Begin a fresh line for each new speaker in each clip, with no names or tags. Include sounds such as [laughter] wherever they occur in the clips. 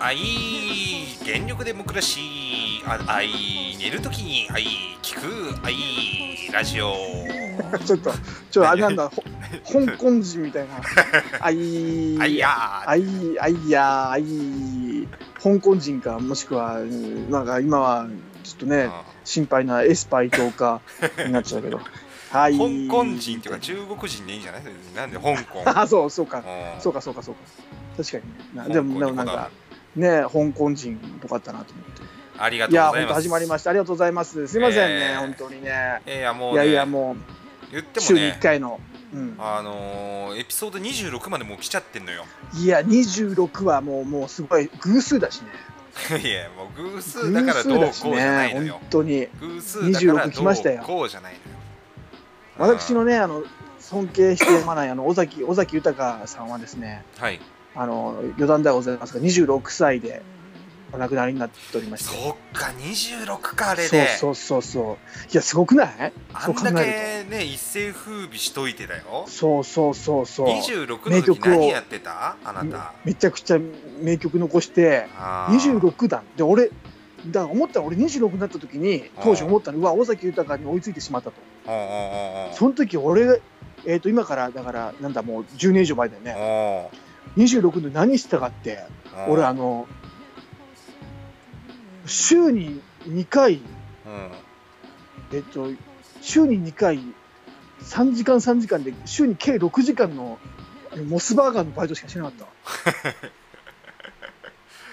あい全力デモクラシーああい寝るときにあい聞くあいラジオ
ちょっと、ちょっとあれなんだ、ほ香港人みた
[laughs]
いな。あい、
あいや
あい、あいや、あい、香港人か、もしくは、うんなんか今は、ちょっと
ー、
ね、心配なエスパイ等かになっちゃう
[laughs]
けど。はい。
うん香港人っていうか中国人でいいんじゃないなんで香港
[laughs] あ、そう、そうか。
うん
そうか、そうか、そうか。確か
香
にねな。
港
でも、でも
にこ
なん
だわ
か、ね、香港人っぽかったなと思って。
るありがと
いうや、
ござい
本
ま
当
す
始まりました。ありがとうございます。すいませんね、
えー
本当にね。
いやいやもう、ね、
いやいや、も
言って
う、
も
週に1
ね
回の。うん
あのー、エピソード26までもう来ちゃってんの
[laughs]
よ
いや、26はもう、もうすごい偶数だしね。
いやもう偶数だ
偶
からど
数
うこ
だ
う
し
じゃないの
ね、
よ
本当に。
偶数だから
26来ました
ど
よ
うこうじゃないのよ
私
う
のね、あの、尊敬してやまない、
[laughs]
あの、尾崎、尾崎豊さんはですね、
んはい
あの、余談ではございますが、26歳でお亡くなりになっておりまして。
そっか26かあれで
そうそうそうそう。いや、すごくない
あ
そうん考
だ
えると
けね一世風靡しといてだよ
そうそうそうそう。
26の時何やってたあなた
めちゃくちゃ名曲残して、
あー
26だ。で、俺、だから思ったの俺26になった時に、当時思ったの、うわ、尾崎豊に追いついてしまったと。
おうおうおうおう
その時俺、えー、と今からだからなんだもう10年以上前だよね
お
26の何したかって
うおう
俺あの週に2回
うん
えっ、と週に2回3時間3時間で週に計6時間のモスバーガーのバイトしかしてなかった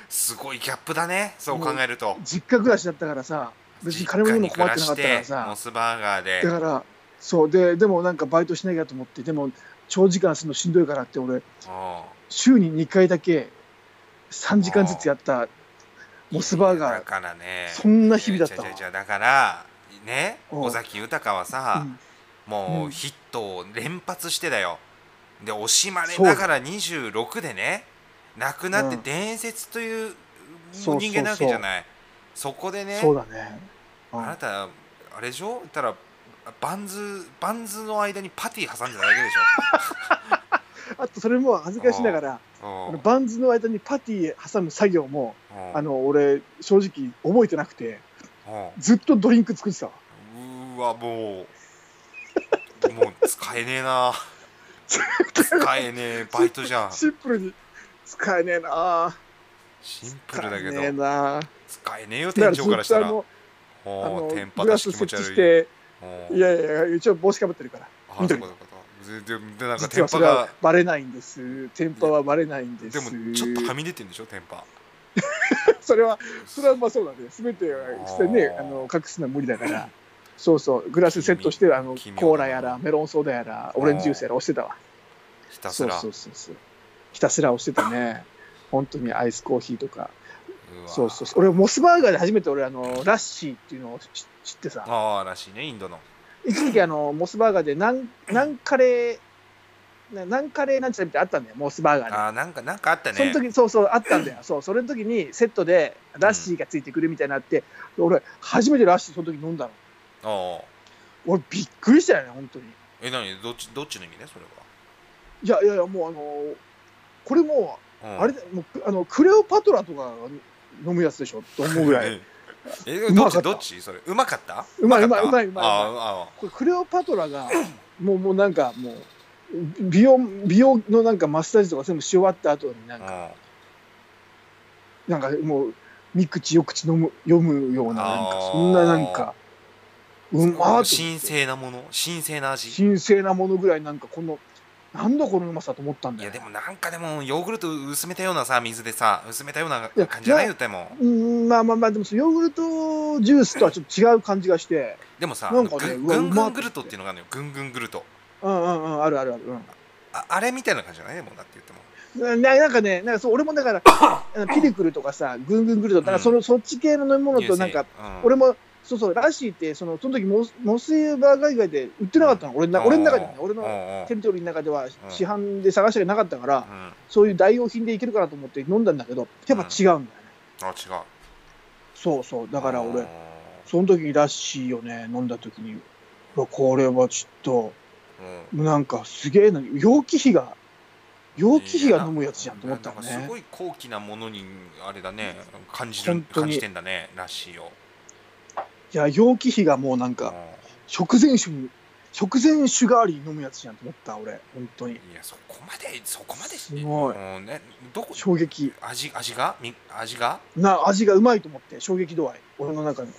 すごいギャップだねそう考えると
実家暮らしだったからさ別に金もにも困ってなかったから
実家に暮してモ
さ
スバーガーで
だからそうででもなんかバイトしなきゃと思ってでも長時間するのしんどいからって俺
おう
週に2回だけ3時間ずつやったモスバー
だ
ガー
からね
そんな日々だったわ
いやいやいやいやだからね
うん
尾崎豊はさ
うん
も
う
うんヒットを連発してだよで惜しまれながら26でね亡くなって
うん
伝説という
そうそうそう
人間なわけじゃないそこでね
そうだね、うん
あなたあれでしょ言ったらバンズバンズの間にパティ挟んでただけでし
あとそれも恥ずかしながら [laughs]
ょ
あ
うん
のバンズの間にパティ挟む作業も
うん
あの俺正直覚えてなくて
うん
ずっとドリンク作ってたわ
うーわもうもう使えねえ
[laughs]
な使えねえバイトじゃん
シンプルに使えねえなあ
シンプ
使
ルだ
え
け
ねえ
ど
なあ
使えねえよ店長からした
だ
ら
ずっとあ
お
の
お
あ
テン
の
パ
グ
だ
ラ
し
ス
気持ち
設置
悪
し
い
て
お
いやいや一応帽子かぶってるから
あそうかそうかそうかでででなんか
実
テンパ
はそれは
が
バレないんですテンパはバレないんです
でもちょっとはみ出てんでしょテンパ
[laughs] それはそれはまあそうだね。すべてしてね、
あー
あの隠すのは無理だから。そうそう、グラスセットして、あの
君は
コーラやら、メロンソーダやら、オレンジジュースやら押してたわ。
ひたす
そう
ら
そうそうそう。ひたすら押してたね。本当にアイスコーヒーとか。
うわ
そうそうそう。俺、モスバーガーで初めて俺、あの、ラッシーっていうのを知知ってさ。
ああらしいねインドの
一時期、あの、モスバーガーで何、何カレー、な何カレーなんちゃらみたいなのあったんだよ、モスバーガーで。
あーなんかなんかあった
その
ね
時そうそうあったんだよ、そうそれの時にセットでラッシーがついてくるみたいになって、俺、初めてラッシー、その時飲んだの、
おお
俺、びっくりしたよね、本当に。
え何どっちどっちの意味ねそれはい
やいやいや、もう、あのーこれもう、
うん
あれだよもうあの、クレオパトラとかが飲むやつでしょと思うぐらい、
え
う
ど
ま
っ
か
ち
った
どっちそれうまかった
うまいう
か
ま
った
いうまいうまい
あああ
これクレオパトラが、 [coughs] もうもうなんか、もう、美容美容のなんかマッサージとか全部し終わった後になんか、
あうん
なんかもう、三口、四口飲む読むような、なんか
あー
そんななんか、うまーっ
神聖なもの神聖な味
神聖なものぐらいなんかこのなんだこのうまさと思ったん
い
だ
や
よ
でもなんかでもヨーグルト薄めたようなさ水でさ薄めたような感じじゃないよでも
うーんまあまあまあでもそのヨーグルトジュースとはちょっと違う感じが
[laughs]
して
でもさぐ
なんかね
ん
うわ
ぐ
うんまっ
グルトっていうのがあるのよぐんぐんグルト
うんうんうんあるあるあるう
ああれみたいな感じじゃないでもだって言っても
んななんかねなんかそう俺も
[coughs]
だからあのピリクルとかさグングングルトなんかその、そっち系の飲み物となんか、
うん
俺もそうそうラッシーってそのその時モスモスバーガー以外で売ってなかったの俺の中俺の中でね
う
俺
んう
の
ん
テリトリーの中では市販で探してなかったから
うんあ
そういう代用品でいけるかなと思って飲んだんだけどやっぱ違うんだよね
違う
そうそうだ
だ
から俺その時にラッシーをね、飲んだ時に、うわこれはちょっと、なんかすげえな、容器費が容器費が飲むやつじゃんと思ったの
なんかす
ね
ごい高貴なものにあれだね感じ
本
る
当に
感じてんだねらしいよ、
いや容器費がもうなん
うん
か、食前酒に食前酒代わりに飲むやつじゃんと思った俺本当に
いやそこまでそこまです
ごい
うんね、どこ
衝撃
味味がみ味が
な味がうまいと思って衝撃度合い俺の中に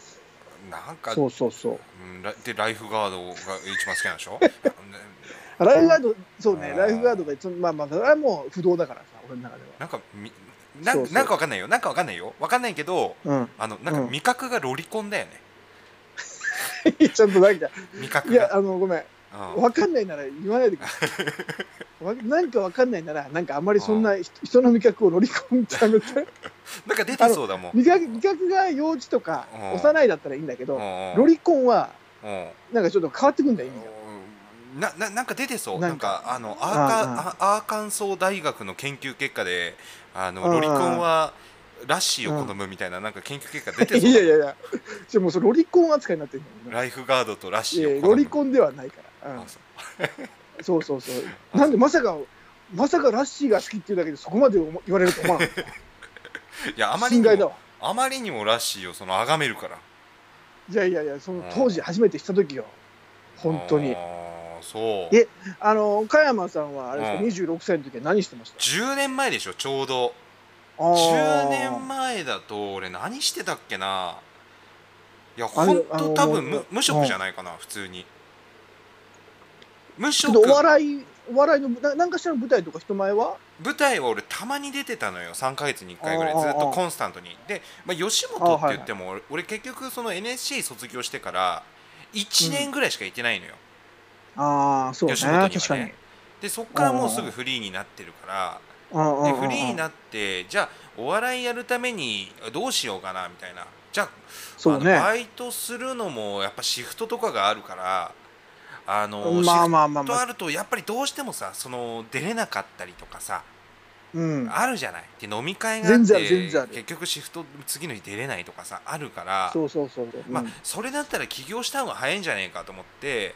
なんか
そうそうそう
うんラでライフガードが一番好きなんでしょ [laughs]
あライフガードそうね
うん
ライフガードがそのまあまあそれはもう不動だからさ俺の中で
なんかみな
そうそう
なんかわかんないよなんかわかんないよわかんないけど
[laughs] は
あのなんか
うん
味覚がロリコンだよね
うんちょっと何か
味覚
いや
が
あのごめん
うん
わかんないなら言わないでくださいわなんかわかんないならなんかあんまりそんな人人の味覚をロリコンちゃんが
[laughs] なんか出てそうだもん
味覚味覚が幼児とか
うん
幼いだったらいいんだけどロ
ロ
リコンは
うん
なんかちょっと変わってくんだよ意味が
うんなななんか出てそうな
なんん
か
か
あのアーカ
うんうん
あアーカンソー大学の研究結果であの
うんう
ロ
ん
リコンはラッシーを好むみたいななんか研究結果出てそう
いやいやいや、ちょもうそれロリコン扱いになってるんだよ、
ライフガードとラッ
い
シ
や
ーを
いや
好む
ロリコンではないから、うん
あ、そう
[laughs] そうそうそう、なんでまさか、まさかラッシーが好きっていうだけで、そこまで思言われると思わなかっ
いやあ
た、
まり
心
に
外だ
も
わ。
あまりにもラッシーをその崇めるから
いやいやいや、その当時、初めてした時よ、本当に
あ。ーそう
えあの岡山さんは、あれですか、26歳の時は何してました
10年前でしょちょうど
あー
10年前だと俺何してたっけないや
あれ
ほん
あ
と
の
多
も
分
う
無無職じゃないかな普通に無
ちょ
職
っとお笑い、お笑いのな、なんかしらの舞台とか、人前は
舞台は俺たまに出てたのよ3ヶ月に1回ぐらい
あー
ずっとコンスタントにで、まあ、吉本って言っても俺,、俺結局その NSC 卒業してから1年ぐらいしか行ってないのよ、
ああ、そうね、
吉本にはね
確かに。
でそっからもうすぐフリーになってるから
うんうん
で
うんうん
フリーになってじゃあお笑いやるためにどうしようかなみたいなじゃあ
そう
あの
ね、
バイトするのもやっぱシフトとかがあるからあの、
まあ
シ
まあまあ
フト
ま
あ
あ、
るとやっぱりどうしてもさその出れなかったりとかさ
うん、
あるじゃないで飲み会があっ
全然あ
て
る全然ある
結局シフト次の日出れないとかさあるから
そうそうそうそう。
まあ
うん、
それだったら起業した方が早いんじゃねえかと思って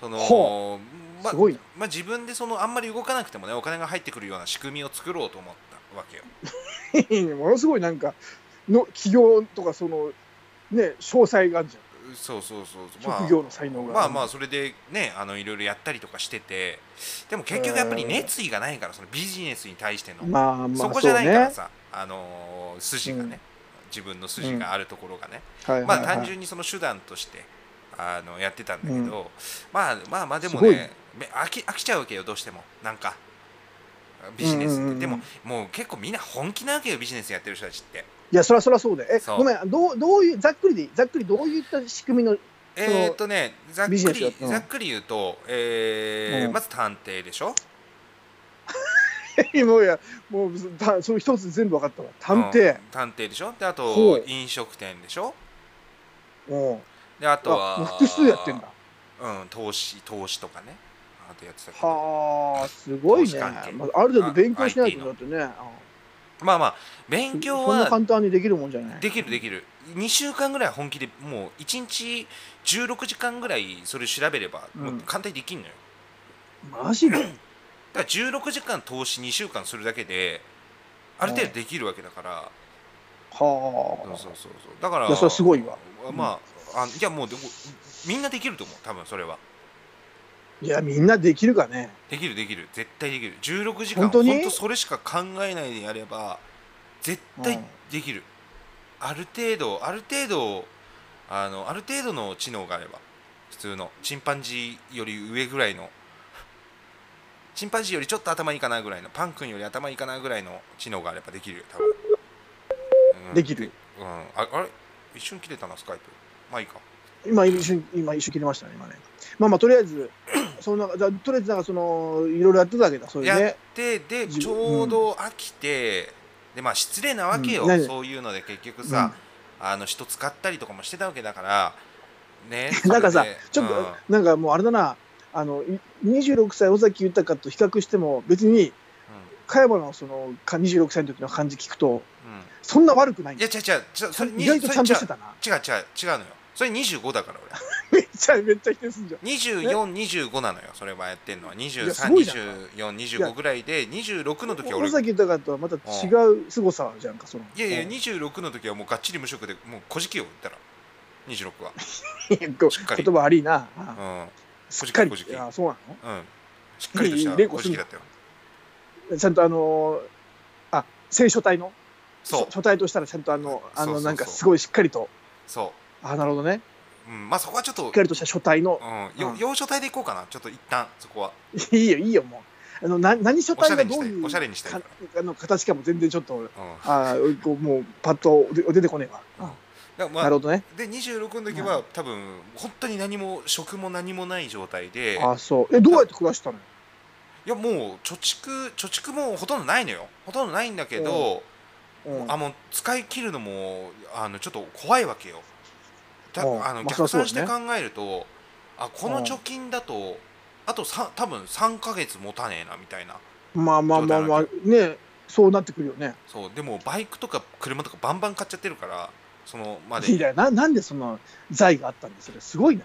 その
ほ
まあ
すごいな
まあ、自分でそのあんまり動かなくてもねお金が入ってくるような仕組みを作ろうと思ったわけよ。
ものすごいなん [laughs] かの企業とかそのね詳細があるじ
そうそうそうそう
ゃん、
まあ
職業の才能が
まあまあそれでねあのいろいろやったりとかしててでも結局やっぱり熱意がないからそのビジネスに対しての、
まあまあ
そこじゃないからさ、あのー筋がね、
うん
自分の筋があるところがね、
そうねはい
ま
は
あ
いはい
単純にその手段としてあのやってたんだけど、まあまあまあでも
すごい
ね
ね
め飽き飽きちゃうわけよどうしてもなんかビジネスって、
うんうんうん
でももう結構みんな本気なわけよビジネスやってる人たちって
いやそらそらそうでえ
そう
ごめんどうどういうざっくりでいいざっくりどういった仕組みのそう
えーっとねざっく
ビジネスやっ
り
てうん
ざっくり言うと、えー
うん
まず探偵でしょ
もういやもうたその一つ全部分かったわ探偵
うん、探偵でしょであ
ほ
と
う
飲食店でしょ
うん、
であと
あ
は
もう複数やってんだ
うん投資投資とかねあとやってたけど
はあすごい
投資
ね、
関係
まあ、ある程
あ
度勉強しない
IT
と
の
だってねうん
まあまあ勉強
そんな
は
簡単にできるもんじゃない
できるできる2週間ぐらい本気でもう1日16時間ぐらいそれ調べれば、
うん
もう簡単にできんのよ
マジで
だから16時間投資2週間するだけである程度できるわけだから、
はあ
そうそうそうそうだから
いやそれすごいわ
まああいやもうでもみんなできると思う多分それはい
やみんなできるかね
できるできる絶対できる16時間
本当に
本当それしか考えないでやれば絶対できる、ある程度ある程度あのある程度の知能があれば普通のチンパンジーより上ぐらいのチンパンジーよりちょっと頭いいかなぐらいのパン君より頭いいかなぐらいの知能があればできるよ多分、うん、
できる
うんああれ一瞬切れたなスカイプまあいいか
今一瞬今一瞬切れましたね今ねまあまあとりあえずそのじゃあとりあえずなんかそのいろいろやってたわけだそういう
やっ
ね
てで
自分
ちょうど飽きて、でまあ失礼なわけよ、
うん何
そういうので結局さ、あの人使ったりとかもしてたわけだからね
[laughs] なんかさ
それで
ちょっ
う
となんかもうあれだなあのい26歳尾崎豊と比較しても別に加山のそのか26歳の時の感じ聞くと
んうんうん
そんな悪くないん
いや違う違うちょそれ
意
に
外とちゃんとし
そ
て
れ
たな
違う違う違う違うのよそれ25だから
[laughs] めっちゃめっちゃ否定すんじゃん [laughs]
2425なのよそれはやってんのは
すごいじゃん
232425ぐらいで26の時は
尾
俺
崎豊とはまた違う凄さじゃんかその
いやいや
うん [laughs]
26の時はもうがっちり無職でもうこじきよ言ったら26は
ご
しっかり
言葉悪いなあ
うん
すっかり
こじきこじき
あそうな
うんしっかりとし
いいいい
た
連呼
こ
す
じ
ん
き
な
だったよ
のちゃんとあのーあ聖書体の
そう
書体としたらちゃんとあの
そうそ
あ
うそ
の
う
なんかすごいしっかりと
そ
あなるほどね
う、うん、まあそこはちょっと
しっかりとした書体の
うん、よ
うん
要所帯でいこうかなちょっと一旦そこはい
[laughs] いよいいよもうあのな何書体がどういう
おしゃれにしたいおしゃれに
かあの形かも全然ちょっと
うんだか
あーこうもうパッと出出てこねえわ、
らま
な
あ
るほどね
で26の時は多分本当に何も食も何もない状態で
あそうえどうやって暮らしたの
いやもう貯蓄貯蓄もほとんどないのよほとんどないんだけど、
うん
あもう使い切るのもあのちょっと怖いわけよた
うん
あの
まあ
逆算して
そりゃ
考
そ
えると、あこの貯金だとあとさ多分3ヶ月持たねえなみたいな
まあまあまあまあねそうなってくるよね
そうでもバイクとか車とかバンバン買っちゃってるからそのまで
いやななんでその財があったんですよすごいな、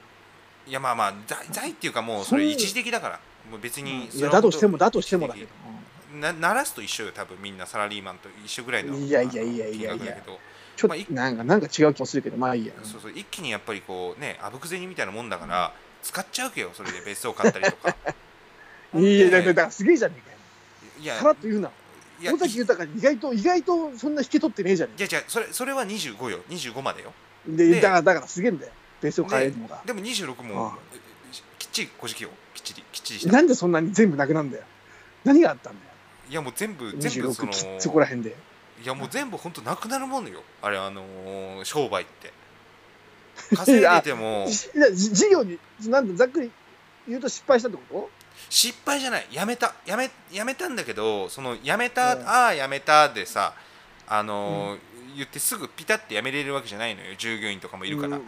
いやまあまあ財財っていうかもうそれ一時的だからもう別に
い
それ
や
は
だとしてもだとしてもだけど、
なならすと一緒よ多分みんなサラリーマンと一緒ぐらいの
いやいやいやいや
あの金額
いや
だけど
ちょ
まあ
っ
い
となんかなんか違う気もするけどまあいいや
そうそう一気にやっぱりこうねあぶく銭みたいなもんだから使っちゃうけよそれで別荘買ったりとか
いやだ
ね
からだからすげえじゃねえかよ
いや
さらっと言う [laughs] ない
や
尾崎豊意外と意外とそんな引き取ってねえじゃね
いやいやそれそれは25よ25までよ
えで
ね
だからだからすげえんだよベースを変えるのが、
でも26
あ
も
あ
きっちりこじきよきっちりきっちりした
ないんでそんなに全部なくなんだよ何があったんだよ
やもう全部全部そ
26
の
きそこら辺で
いやもう全部本当なくなるものよあれあのー商売って
[laughs]
稼い
いや
でても
じじ事業になんだざっくり言うと失敗したってこ
失敗じゃないやめたやめやめたんだけどそのやめた、
うん
ああやめたでさあのー言ってすぐピタってやめれるわけじゃないのよ従業員とかも
と
いるから、
う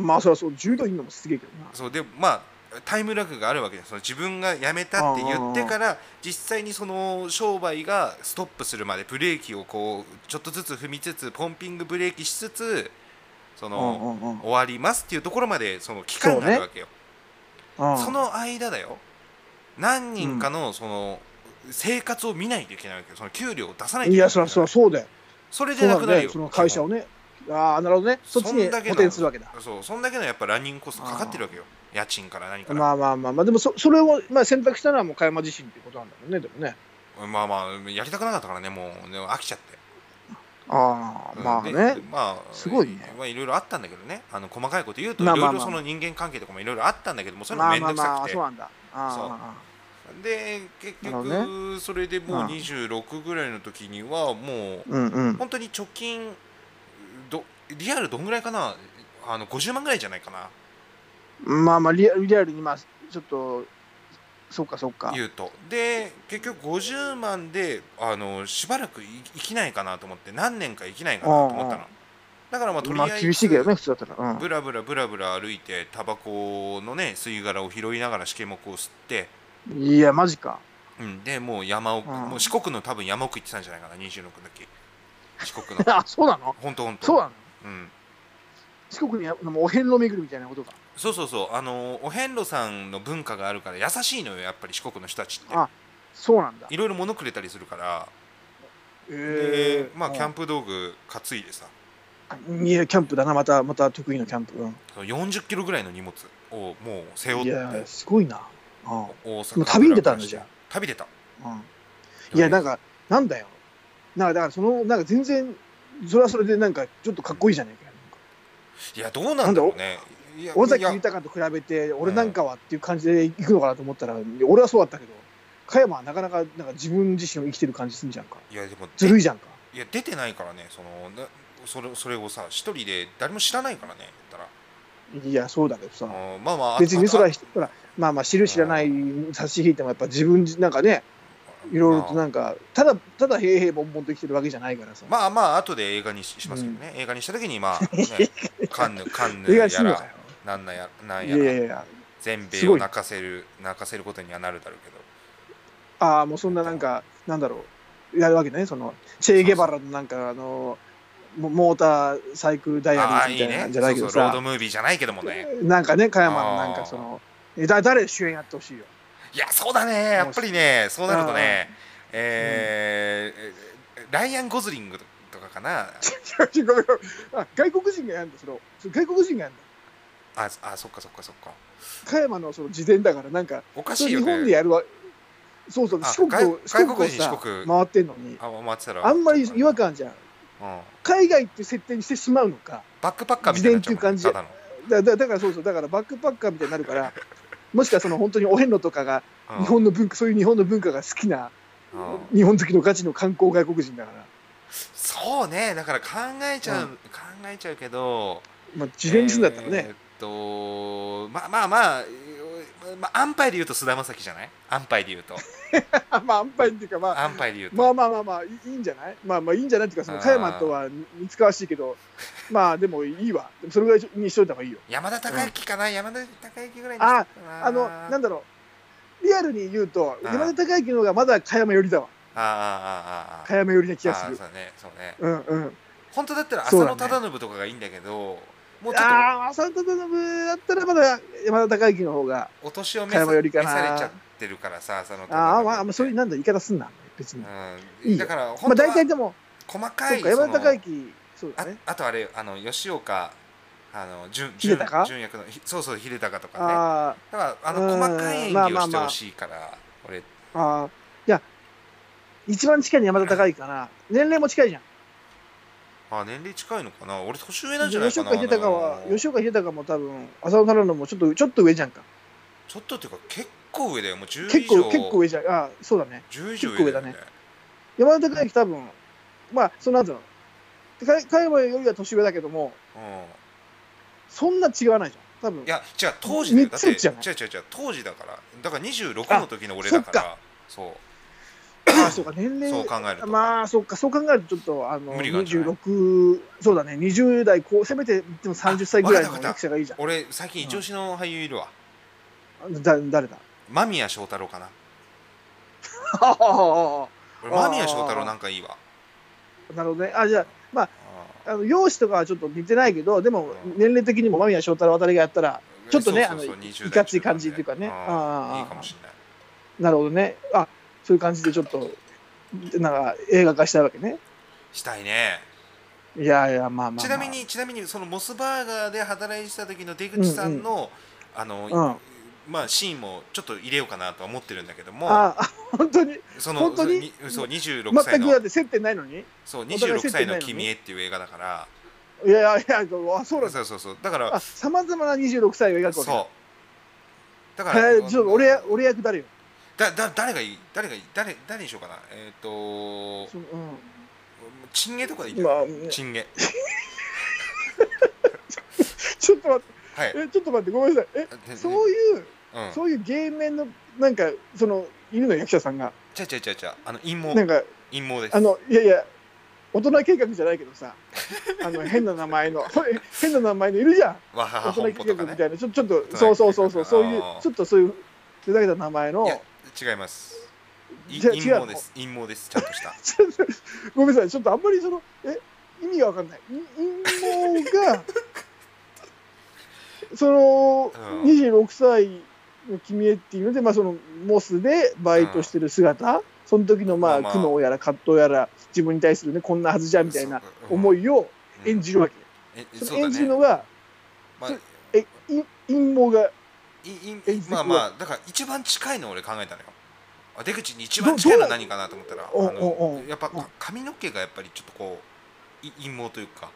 んまあそりゃそう従業員のもすげえけどな
そうでまあタイムラグがあるわけですその自分がやめたって言ってから実際にその商売がストップするまでブレーキをこうちょっとずつ踏みつつポンピングブレーキしつつその、
うんうんうん
終わりますっていうところまでその期間があるわけよ
うん
その間だよ何人かのその生活を見ないといけないわけよその給料を出さないと
い
いけない
や
わけ
そり
よ
ゃそうそうだよ
それ
そ
で
うな
なく
ん
なる
だよ
よ
その会社をねああなるほどねそっちに
そんだけな
補
の
填するわけだ
そうそんだけのやっぱランニングコストかかってるわけよ家賃から何から、ま
まあまあまあまあでもそそれをまあ選択したのはもう加山自身っていうことなんだもんねでもね
あ、まあやりたくなかったからねもうね飽きちゃって
ああ
うん
まあね
でまあ
すごいね
まあいろいろあったんだけどねあの細かいこと言うとい
ま
ろ
あ
い
まあまあ
ろその人間関係とかもいろいろあったんだけどもそれも
まあ
面
ま
倒
あ
くさ
ま
く
あ
て、
そうなんだ
そう
あ
で結
なるほど
局それでもう
うん
26ぐらいの時にはもう
あうんうん
本当に貯金どリアルどんぐらいかなあの50万ぐらいじゃないかな
まあまあリアリアルにまあちょっとそうかそうか
言うとで結局50万であのしばらくい生きないかなと思って何年か生きないかなと思った
うんう
のだからまあとり
ま
あ
あ
えず、
厳しいけどね普通だったらうん
ブラブラブラブラ歩いてタバコのね吸い殻を拾いながら試験目を吸って、
いや、マジか。
うん、でもう山奥、
うん
もう四国の多分山奥行ってたんじゃないかな26の時四国
[laughs]
の
あ、そうなの
本当本当
そうなの
うん、
四国にやもうお遍路巡るみたいなことか。
そうそうそうあのお遍路さんの文化があるから優しいのよやっぱり四国の人たちって
あそうなんだ。
いろいろ物くれたりするから、
え
でまあキャン
プ
プ道具担いでさ
あ。いや、キャンプだな、また、また得意のキャンプ。うん
その40キロぐらいの荷物をもう背負っ
い
て
や、すごいな。うん
大阪
でも旅に出たんだじゃん
旅出た
うんいや、なんか、なんだよ。なんか、だから、その、なんか全然、それはそれで、なんか、ちょっとかっこいいじゃねえかよ。
いやどうなんだろうねいや
尾崎
いや
豊と比べて、俺なんかはっていう感じで行くのかなと思ったら、俺はそうだったけど、加山はなかなか、なんか自分自身を生きてる感じすんじゃんか。
いやでも
ずるいじゃんか。
いや出てないからねそのなそれそれをさ一人で誰も知らないからね言ったら
いや、そうだけどさ。
あーまあまああ
別にそれ
あ
はほらまあまあ知る知らない差し引いてもやっぱ自分自なんかねいろいろとなんかただただ平々凡々と生きてるわけじゃないからさ、
まあまあ後で映画にししますけどね、映画にした時にまあ、
[laughs]
ね、カンヌカンヌ
映
や
画するのからよ
なんなんやなん
い
や
やいや
ら
いや
全米
す
を
ごい
泣かせる泣かせることにはなるだろうけど
ああもうそんななんかなんだろうやるわけねそのチェ・ゲバラのなんかあのモモーターサイクルダイ
あ
ア
あ
リー
い
みた
い
いな
ね
じ
そ
ゃないうけ
そう
ど
ロード
さ、
ムービーじゃないけどもね
なんかね、加山のなんかその、えだ誰主演やってほしいよ。 [laughs]
いやそうだねやっぱりねそうなるとねえーライアン・ゴズリングとかかな
違う違う違うあ外国人がやるんだ、それをそれ外国人がやるんだ。
ああそっかそっかそっか
加山のその自伝だから、なんか、
おかし
それ
いよ
日本で
ね
やるわ、そうそう、
あ
四国
外
を、四
外
国
国
を
人
さ、
四国
回ってんのに、
あ回ってたら
あんまり違和感じゃん。
うん
海外って設定にしてしまうのか。
バックパッカーみたいになっちゃうもんね
自伝
ただの
だだだからそうそう、だからバックパッカーみたいにな
[laughs]
るから、もしかはその本当にお遍路とかが、
うん
日本の文化、そういう日本の文化が好きな、
うん
日本好きのガチの観光外国人だから、
そうねだから考えちゃう、
う
考えちゃうけど
まあ、自伝にするんだったらね、
えーっとまあまあまあ、まあ、安牌で言うと菅田将暉じゃない安牌で言うと
[laughs] まあ、安牌っていうか、まあ、
安牌で言うと、
まあまあまあまあ、いいいんじゃないまあまあ、いいんじゃないっていうか、その加山とは似つかわしいけど、まあ、でもいいわ。でもそれぐらいにしといた方がいいよ。
山田孝之かな、山田孝之ぐらいにしようかな
あの、なんだろう。リアルに言うと、
うん
山田孝之の方がまだ加山寄りだわ。
ああああああ
加山寄りな気が
あ
す
あ
る。
そうねそうね
うんうん。
本当だったら
そ
浅
うだ
野
ね
忠信とかがいいんだけどもうちょっ
ああ、浅田忠信だったらまだ山田孝之の方が。
とお年を召
加
さ
山よりか
召
な
されちゃってるからさ浅野忠信
ああ、まあ、まあ、そういう、
う
なんだ、言い方すんな。別に。ま
ん
いいよ
だから本当
あ、
は
大体でも、
細
そ
か
う
い
か、山
そ
田
の
孝之、そうだ
あ
ね。
あとあれあの吉岡あの純
秀
純
鷹
純役のひそうそう秀高とかねだか
あ
らあの
うん
細かい演
まあ
技を
まあ
して
まあ
ほしいから、俺
あ、ああ、いや、一番近いの山田孝之かな。年齢も近いじゃん。
あ年齢近いのかな俺年上なんじゃない
吉
かな
岡秀隆は
あ、の
吉岡秀隆も多分、浅野忠信もちょっと、ちょっと上じゃんか。
ちょっとっていうか結構上だよもう10以
結
上
構、結構上じゃん。ああ、そうだね。
10以上
結構
上
上
だ
だ
よね
ね山田孝之多分、まあ、そのなんていうの。か加山よりは年上だけども、そんな違わないじゃん。多分
うん、い。や違う当時だよだって違う
三つじゃない
違う違う当時だからだから26の時の俺だからそう
ああ、そうか、年
そう
齢。
考えると、
まあ、そうか、そう考えると、ちょっと、あの、
無理があるんじゃない
26、そうだね、20代、こう、せめて、でも30歳ぐらいの
わかったわかった
役者がいいじゃん。
俺最近一押しの俳優いるわ
だ誰だ [laughs]
間宮祥太朗かな
ああ
俺
あー
間宮祥太朗なんかいいわ
なるほどね。あ、じゃ
う
あ、
ん
あの容姿とかはちょっと似てないけど、でも、年齢的にも間宮祥太朗あたりがやったら、ちょっとね
そうそうそう
あの
20代
いかつい感じっていうかね
ん
あー
いいかもしれない
なるほどね。あ、そういう感じでちょっと、なんか映画化したいわけね。
したいね
いやいや、まあまあ、まあ。
ちなみにちなみにそのモスバーガーで働いてた時の出口さんのあ
う
の
ん
まあシーンもちょっと入れようかなとは思ってるんだけども
あ、あ本当に、
その
本当に
そうにそう26歳
全くだっ
の
て接点ないのに。
そう
互い接点
26歳
な
の
いのに
君へっていう映画だから
いやいやいや、あそうなんだ。
そうそうそうだから
あ、さまざまな26歳を描くわけ。
そうだか
えー、ちょっと俺
ら、
俺役誰よ。
だだ誰がいい誰がいい誰誰にしようかなえっと
そうん。
チンゲとかでいいんじゃ
今
ない、チンゲ
ちょっと待って、
はい
え、ちょっと待って、ごめんなさい。え、そういう、
うん
そういう芸名の、なんか、その、犬の役者さんが、
ちゃちゃちゃちゃあの陰謀
なんか、
陰謀です
あの、いやいや、大人計画じゃないけどさ、あの、変な名前の、 [laughs] 変な名前のいるじゃん。
わは
大
は本
人
舗
企
とか
画み
ね
たいな、ちょちょっ
大
と、そ
人
うそう
企画
そうそう、そういう
あー、
ちょっとそういう、ふざけた名前
い
の
や、違いますい
じゃあ
陰謀です陰謀ですちゃんとした
ちょっと [laughs] ごめんなさい、ちょっとあんまりその、え、意味がわかんない。い陰謀
[laughs]
が、その、
うん
26歳の君へっていうので、まあ、その、モスでバイトしてる姿、その時の、ま
まあ
あ、
まあ
苦悩やら葛藤やら、自分に対するね、こんなはず [laughs] じゃ、みたいな思
い
いを演じるわけ。そ
そ
の
うだ
演じる
ね
のが、
まあ
そえ、い陰謀が、
いい
演じてく
まあ
わ
まあだから一番近いの俺考えたのよあ出口に一番近いのは何かなと思ったらあ
どうおお
の
お
やっぱ
うん
髪の毛がやっぱりちょっとこうい陰謀というか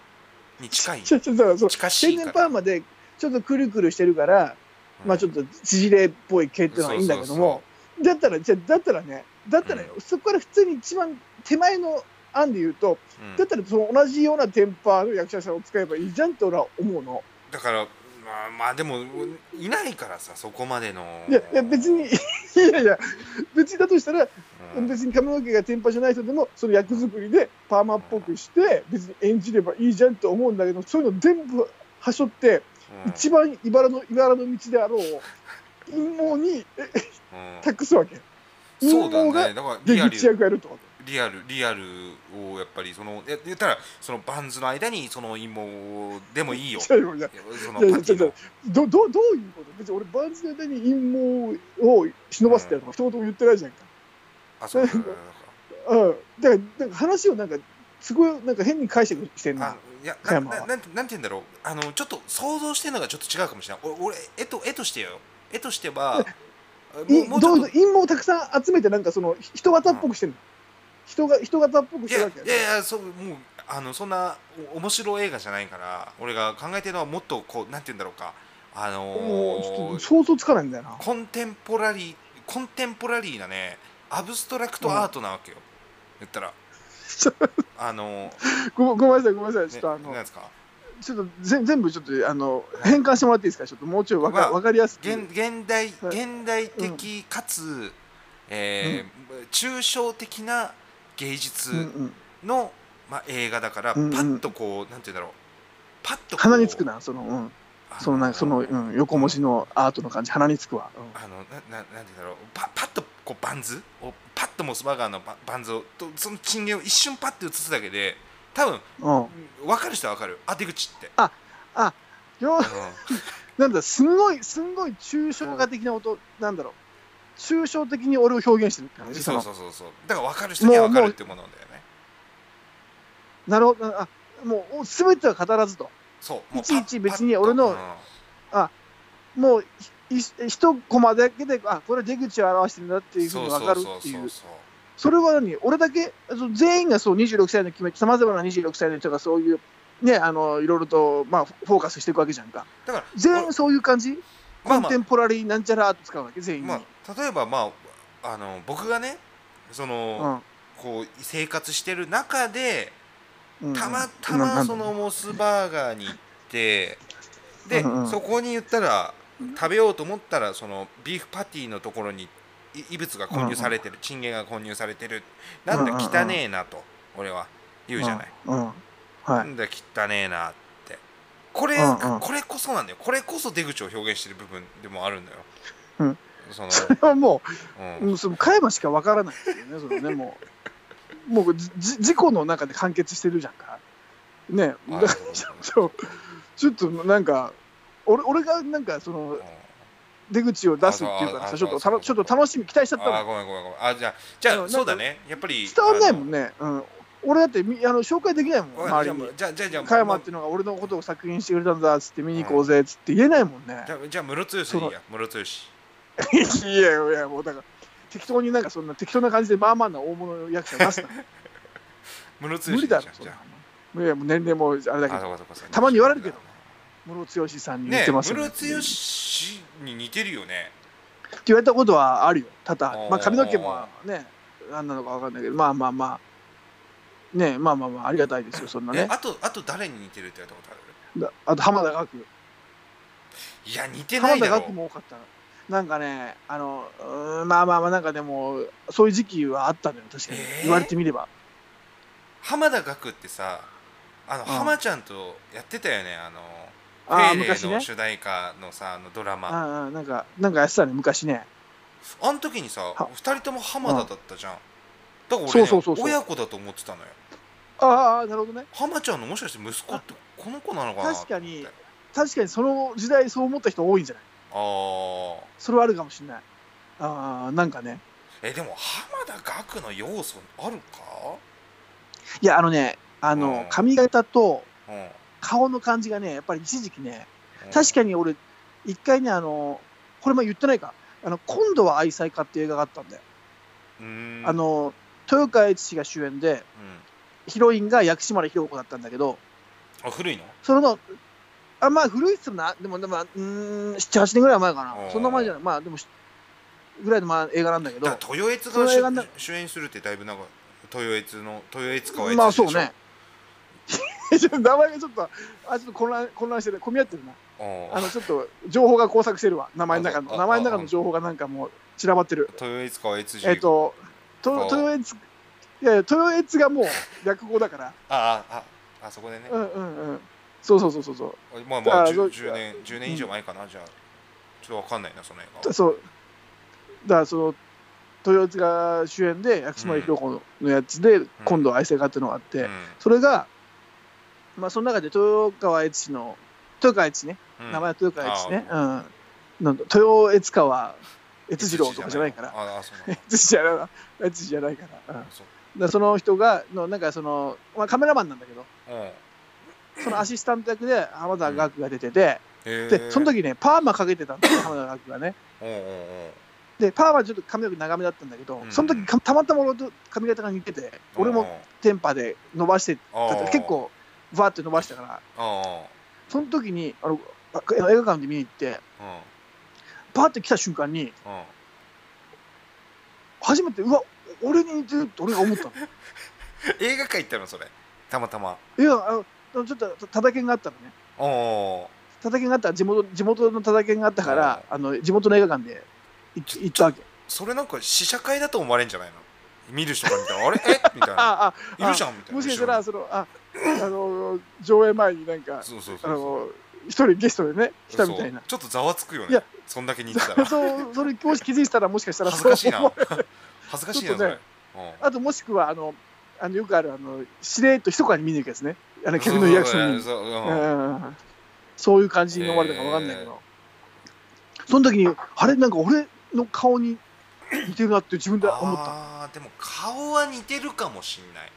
に近い
ちょちょだからその
近し
天
い
然
か
パ
ら
ーマで、ちょっとくるくるしてるから、まあちょっと縮れっぽい系っていうのはいいんだけども、だったら、じゃあだったらね、だったらよ、そこから普通に一番手前の案で言うと、
と、うん
だったらその同じようなテンパーの役者さんを使えばいいじゃんって俺は思うの。
だからまあまあでもいないからさそこまでの
いや、いや別に、い [laughs] やいや、別にだとしたら、
うん
別に髪の毛がテンパじゃない人でも、その役作りでパーマっぽくして、別に演じればいいじゃんと思うんだけど、そういうの全部はしょって、
うん
一番茨の茨の道であろう陰謀に
うん
託すわけ。
そうだ
陰謀が
ねだからリ
劇
ア
口
ル
役やると。
リアルリアルをやっぱりそのえ言ったらそのバンズの間にその芋でも
[laughs]
いいよ
ちょっと待って
そ
いやい
の
や
パティ
ちょっ
の
とどどどういうこと別に俺バンズの間に陰謀を忍ばせてやるとか一言も言ってないじゃんか。
あ
[laughs]
そうか
うん。だからなんか話をなんかすごいなんか変に解釈してんの。
あいや
加
な
山は
ななんてなんて言うんだろうあのちょっと想像してるのがちょっと違うかもしれないお俺絵と絵としてよ絵としてはもう
い
もうち
ど
ょ
う
っ
ぞ
と
陰謀をたくさん集めてなんかその人型っぽくしてんの。人が人型っぽく
い
してる
や
わ
い
けだよ
やいやそうもうあのそんなお面白い映画じゃないから俺が考えてるのはもっとこうなんて言うんだろうかあ
も
のー
うちょっと想像つかないんだよな。
コンテンポラリーコンテンポラリーなねアブストラクトアートなわけよ、言ったら
ちょ
あのー
ごごめんなさいごめんなさいちょっとあ
ね、なん
の
ですか
ちょっと全全部ちょっとあの変換してもらっていいですかちょっともうちょいわ
まあ
かわかりやすく。
現現代
はい
現代的かつ、えー抽象的な芸
うんう
術
ん。
の、まあ、映画だから、
うんうん
パッとこうなんて言うんだろうパッとこう
鼻につくなそのうん
あ
そのなんかそのうん横文字のアートの感じ鼻につくわ。うん
あのなななんて言うんだろうパパッとこうバンズをパッとモスバーガーのババンズをとそのチンゲンを一瞬パッて映すだけで多分
うん。
分かる人は分かるあ出口って、
よ [laughs]
うん
なんだすんごいすんごい抽象画的な音、なんだろう抽象的に俺を表現してるって感じ
そう
そ
そうそうそうだから分かる人には分かるってものなんだよね
のなるほどあもうお全ては語らずと
そうもう
いちいち
パッ
別に
パッと
俺の
うん
もういい一コマだけであこれ出口を表してるんだっていうふうに分かるっていう
そう
それは何俺だけその全員がそう26歳の決めさまざまな26歳の人がそういうねあのいろいろと、まあ、フフォーカスしていくわけじゃんか
だから
全員そういう感じ
ま
コ
あ
ン
ま
テンポラリーなんちゃらアート使うわけ全員に、
あ、まあ、例えばまああの僕がねその、こう生活してる中で
うんうん
たまた
なな
ま
ん
そのモスバーガーに行ってで、
うんうん
そこに言ったら食べようと思ったらそのビーフパティのところにい異物が混入されてる、チンゲンが混入されてるなんだ
うんうんうん
汚ねえなと俺は言うじゃない、
うんうんはい
なんだ汚ねえなってこれ、
うんうん
これこそなんだよこれこそ出口を表現してる部分でもあるんだよ、
うん
そ
[laughs]
の、
それはも
うん
う、もうその加山しかわからないですよね、そ
[laughs]
れね、もう。もうじじ事故の中で完結してるじゃんか。ね、だ
あ
[laughs] から
そうそう
ちょちょっとなんか、俺俺がなんかその出口を出すっていうか
あそう
さ、ちょっと
あそう
たのちょっと楽しみ期待しちゃった
あ
の。
ごめんごめんごめんあじゃあじ
うん
ゃ
な
あ
んか
そうだねやっぱり
伝わんないもんね。うん、俺だってみあの紹介できない
あ
もん、
のわ
周
じゃ
りに
あ。じゃあじゃあじゃあ
加山っ
じ
ていうのが俺のことを作品してくれたんだっつって見に行こうぜっつって言えないもんね。
ゃあじゃあムロツヨシでいいやムロツヨシ
[laughs] いやいや、もうだから適当になんかそんな適当な感じでまあまあな大物役者出すな。
[laughs] ムロツヨ
無
シ
理
でいい
だ
じゃ
ろ
ん
そん
じ
な
ゃ
のいやもう年齢もあれだ
あ
け
あそ
ど
うかそうかそうか
たまに言われるけど室ロさんに似
ね
て
えム
ますよね
ロツヨシに似てるよね
って言われたことはあるよ多々
おー
まあ髪の毛もね何なのか分かんないけどまあまあまあねまあまあまあありがたいですよそんな
え
ね
あとあと誰に似てるって言われたことあ
だあと浜田岳
るいや似てな
浜
いだ
田
ろ
岳も多かったななんかねあのうーんまあまあまあなんかでもそういう時期はあったのよ確かに、
えー
言われてみれば
浜田岳ってさあの
ん
浜ちゃんとやってたよねあの
ああ
フェ
昔
ーレの
ね
主題歌のさあのドラマ
ああなんかなんかやってたね昔ね
あの時にさ
は
二人とも浜田だったじゃん、だから俺、ね、
そうそうそうそう
親子だと思ってたのよ
ああなるほどね
浜ちゃんのもしかして息子ってこの子なのかな
確かに
と思って
確かにその時代そう思った人多いんじゃない
あ
それはあるかもしれないああなんかね
あえでも浜田岳の要素あるか
いやあのねあの、
うん
髪型と
うん、うん
顔の感じがねやっぱり一時期ね確かに俺一回ねあのこれも言ってないかあの今度は愛妻家っていう映画があったんだよ、
うーん
あの豊川悦司が主演で
うん
ヒロインが薬師丸ひろ子だったんだけど
あ古いの
それのあまあ古いっすよなでもでもうーん78年ぐらい前か
うん
なそんな前じゃないまあでもしぐらいのまあ映画なんだけど
だから豊悦
そ
が
の
主
映画な
主演するってだいぶなんか豊悦の豊悦か
ま
豊
あ
悦
そ
で
う
しょ
ねちょっと [laughs] 名前がちょっとあちょっと混乱混乱してる混み合ってるな
うん
あのちょっと情報が交錯してるわ名前の中
ああ
の名前の中の情報がなんかもう散らばってる
豊悦か越路
えっ、とと
ああ
豊悦いやいや豊悦がもう略語だから
ああああそこでね、
うんうんうんそうそうそうそうそ
まあまあ
あ
10,
そう
10年10年以上前かな、じゃあちょっとわかんないなその映画は
うそうだからその豊塚主演で薬師丸ひろ子のやつで、今度は愛妻家っていうのがあって、それが、まあ、その中で豊川悦司の豊川悦司ね
うん
名前は豊川悦司ね、う
あ
んなんだ豊悦川悦次郎とかじゃないから
ああそうなんだ
悦司じゃないわ悦司じゃないから,、うん、だか
そう
らその人がのなんかその、まあ、カメラマンなんだけど
うん
そのアシスタント役で浜田岳が出てて、
へー
でその時ねパーマかけてたんだよ浜田岳がね
うんうんうん
でパーマちょっと髪の毛長めだったんだけど、
うん
その時かたまたま俺と髪型が似てて俺もテンパで伸ばしてっ
うん
た
うん
結構バーって伸ばしたから
うんうん
その時にあのあ映画館で見に行って
うん
パーって来た瞬間に
うん
初めてうわ俺に似てるって俺が思っ
[laughs]
たの
映画館行ったのそれたまたま
いやあのあのちょっとたたけんがあったのね
おお
たたけんがあった地元地元のたたけんがあったから、あの地元の映画館で行行ったわけ
それなんか試写会だと思われんじゃないの見る人が見たらあれえみたいな
ああ
いるじゃんみたいな
もしかしたら
後
そのああの上映前になんか
ろにそうそうそ
あ
うそう
の一人ゲストでね来たみたいな
そうちょっとざわつくよ
い
ね
や
そんだけ似てたら
そうそれもし気づいてたらもしかしたら
恥ずかしいな
[laughs] そう思う
恥ずかしい
ち
な
ょっ
そ
と
れ
ねあともしくはあのあのよくあるあのしれっとひそかに見に行くやつねあの客のリアクション見に
そうそうそう
う
うん
んそういう感じに思われたかわかんないけど、その時にあれなんか俺の顔に似てるなって自分で思った
あーでも顔は似てるかもしんない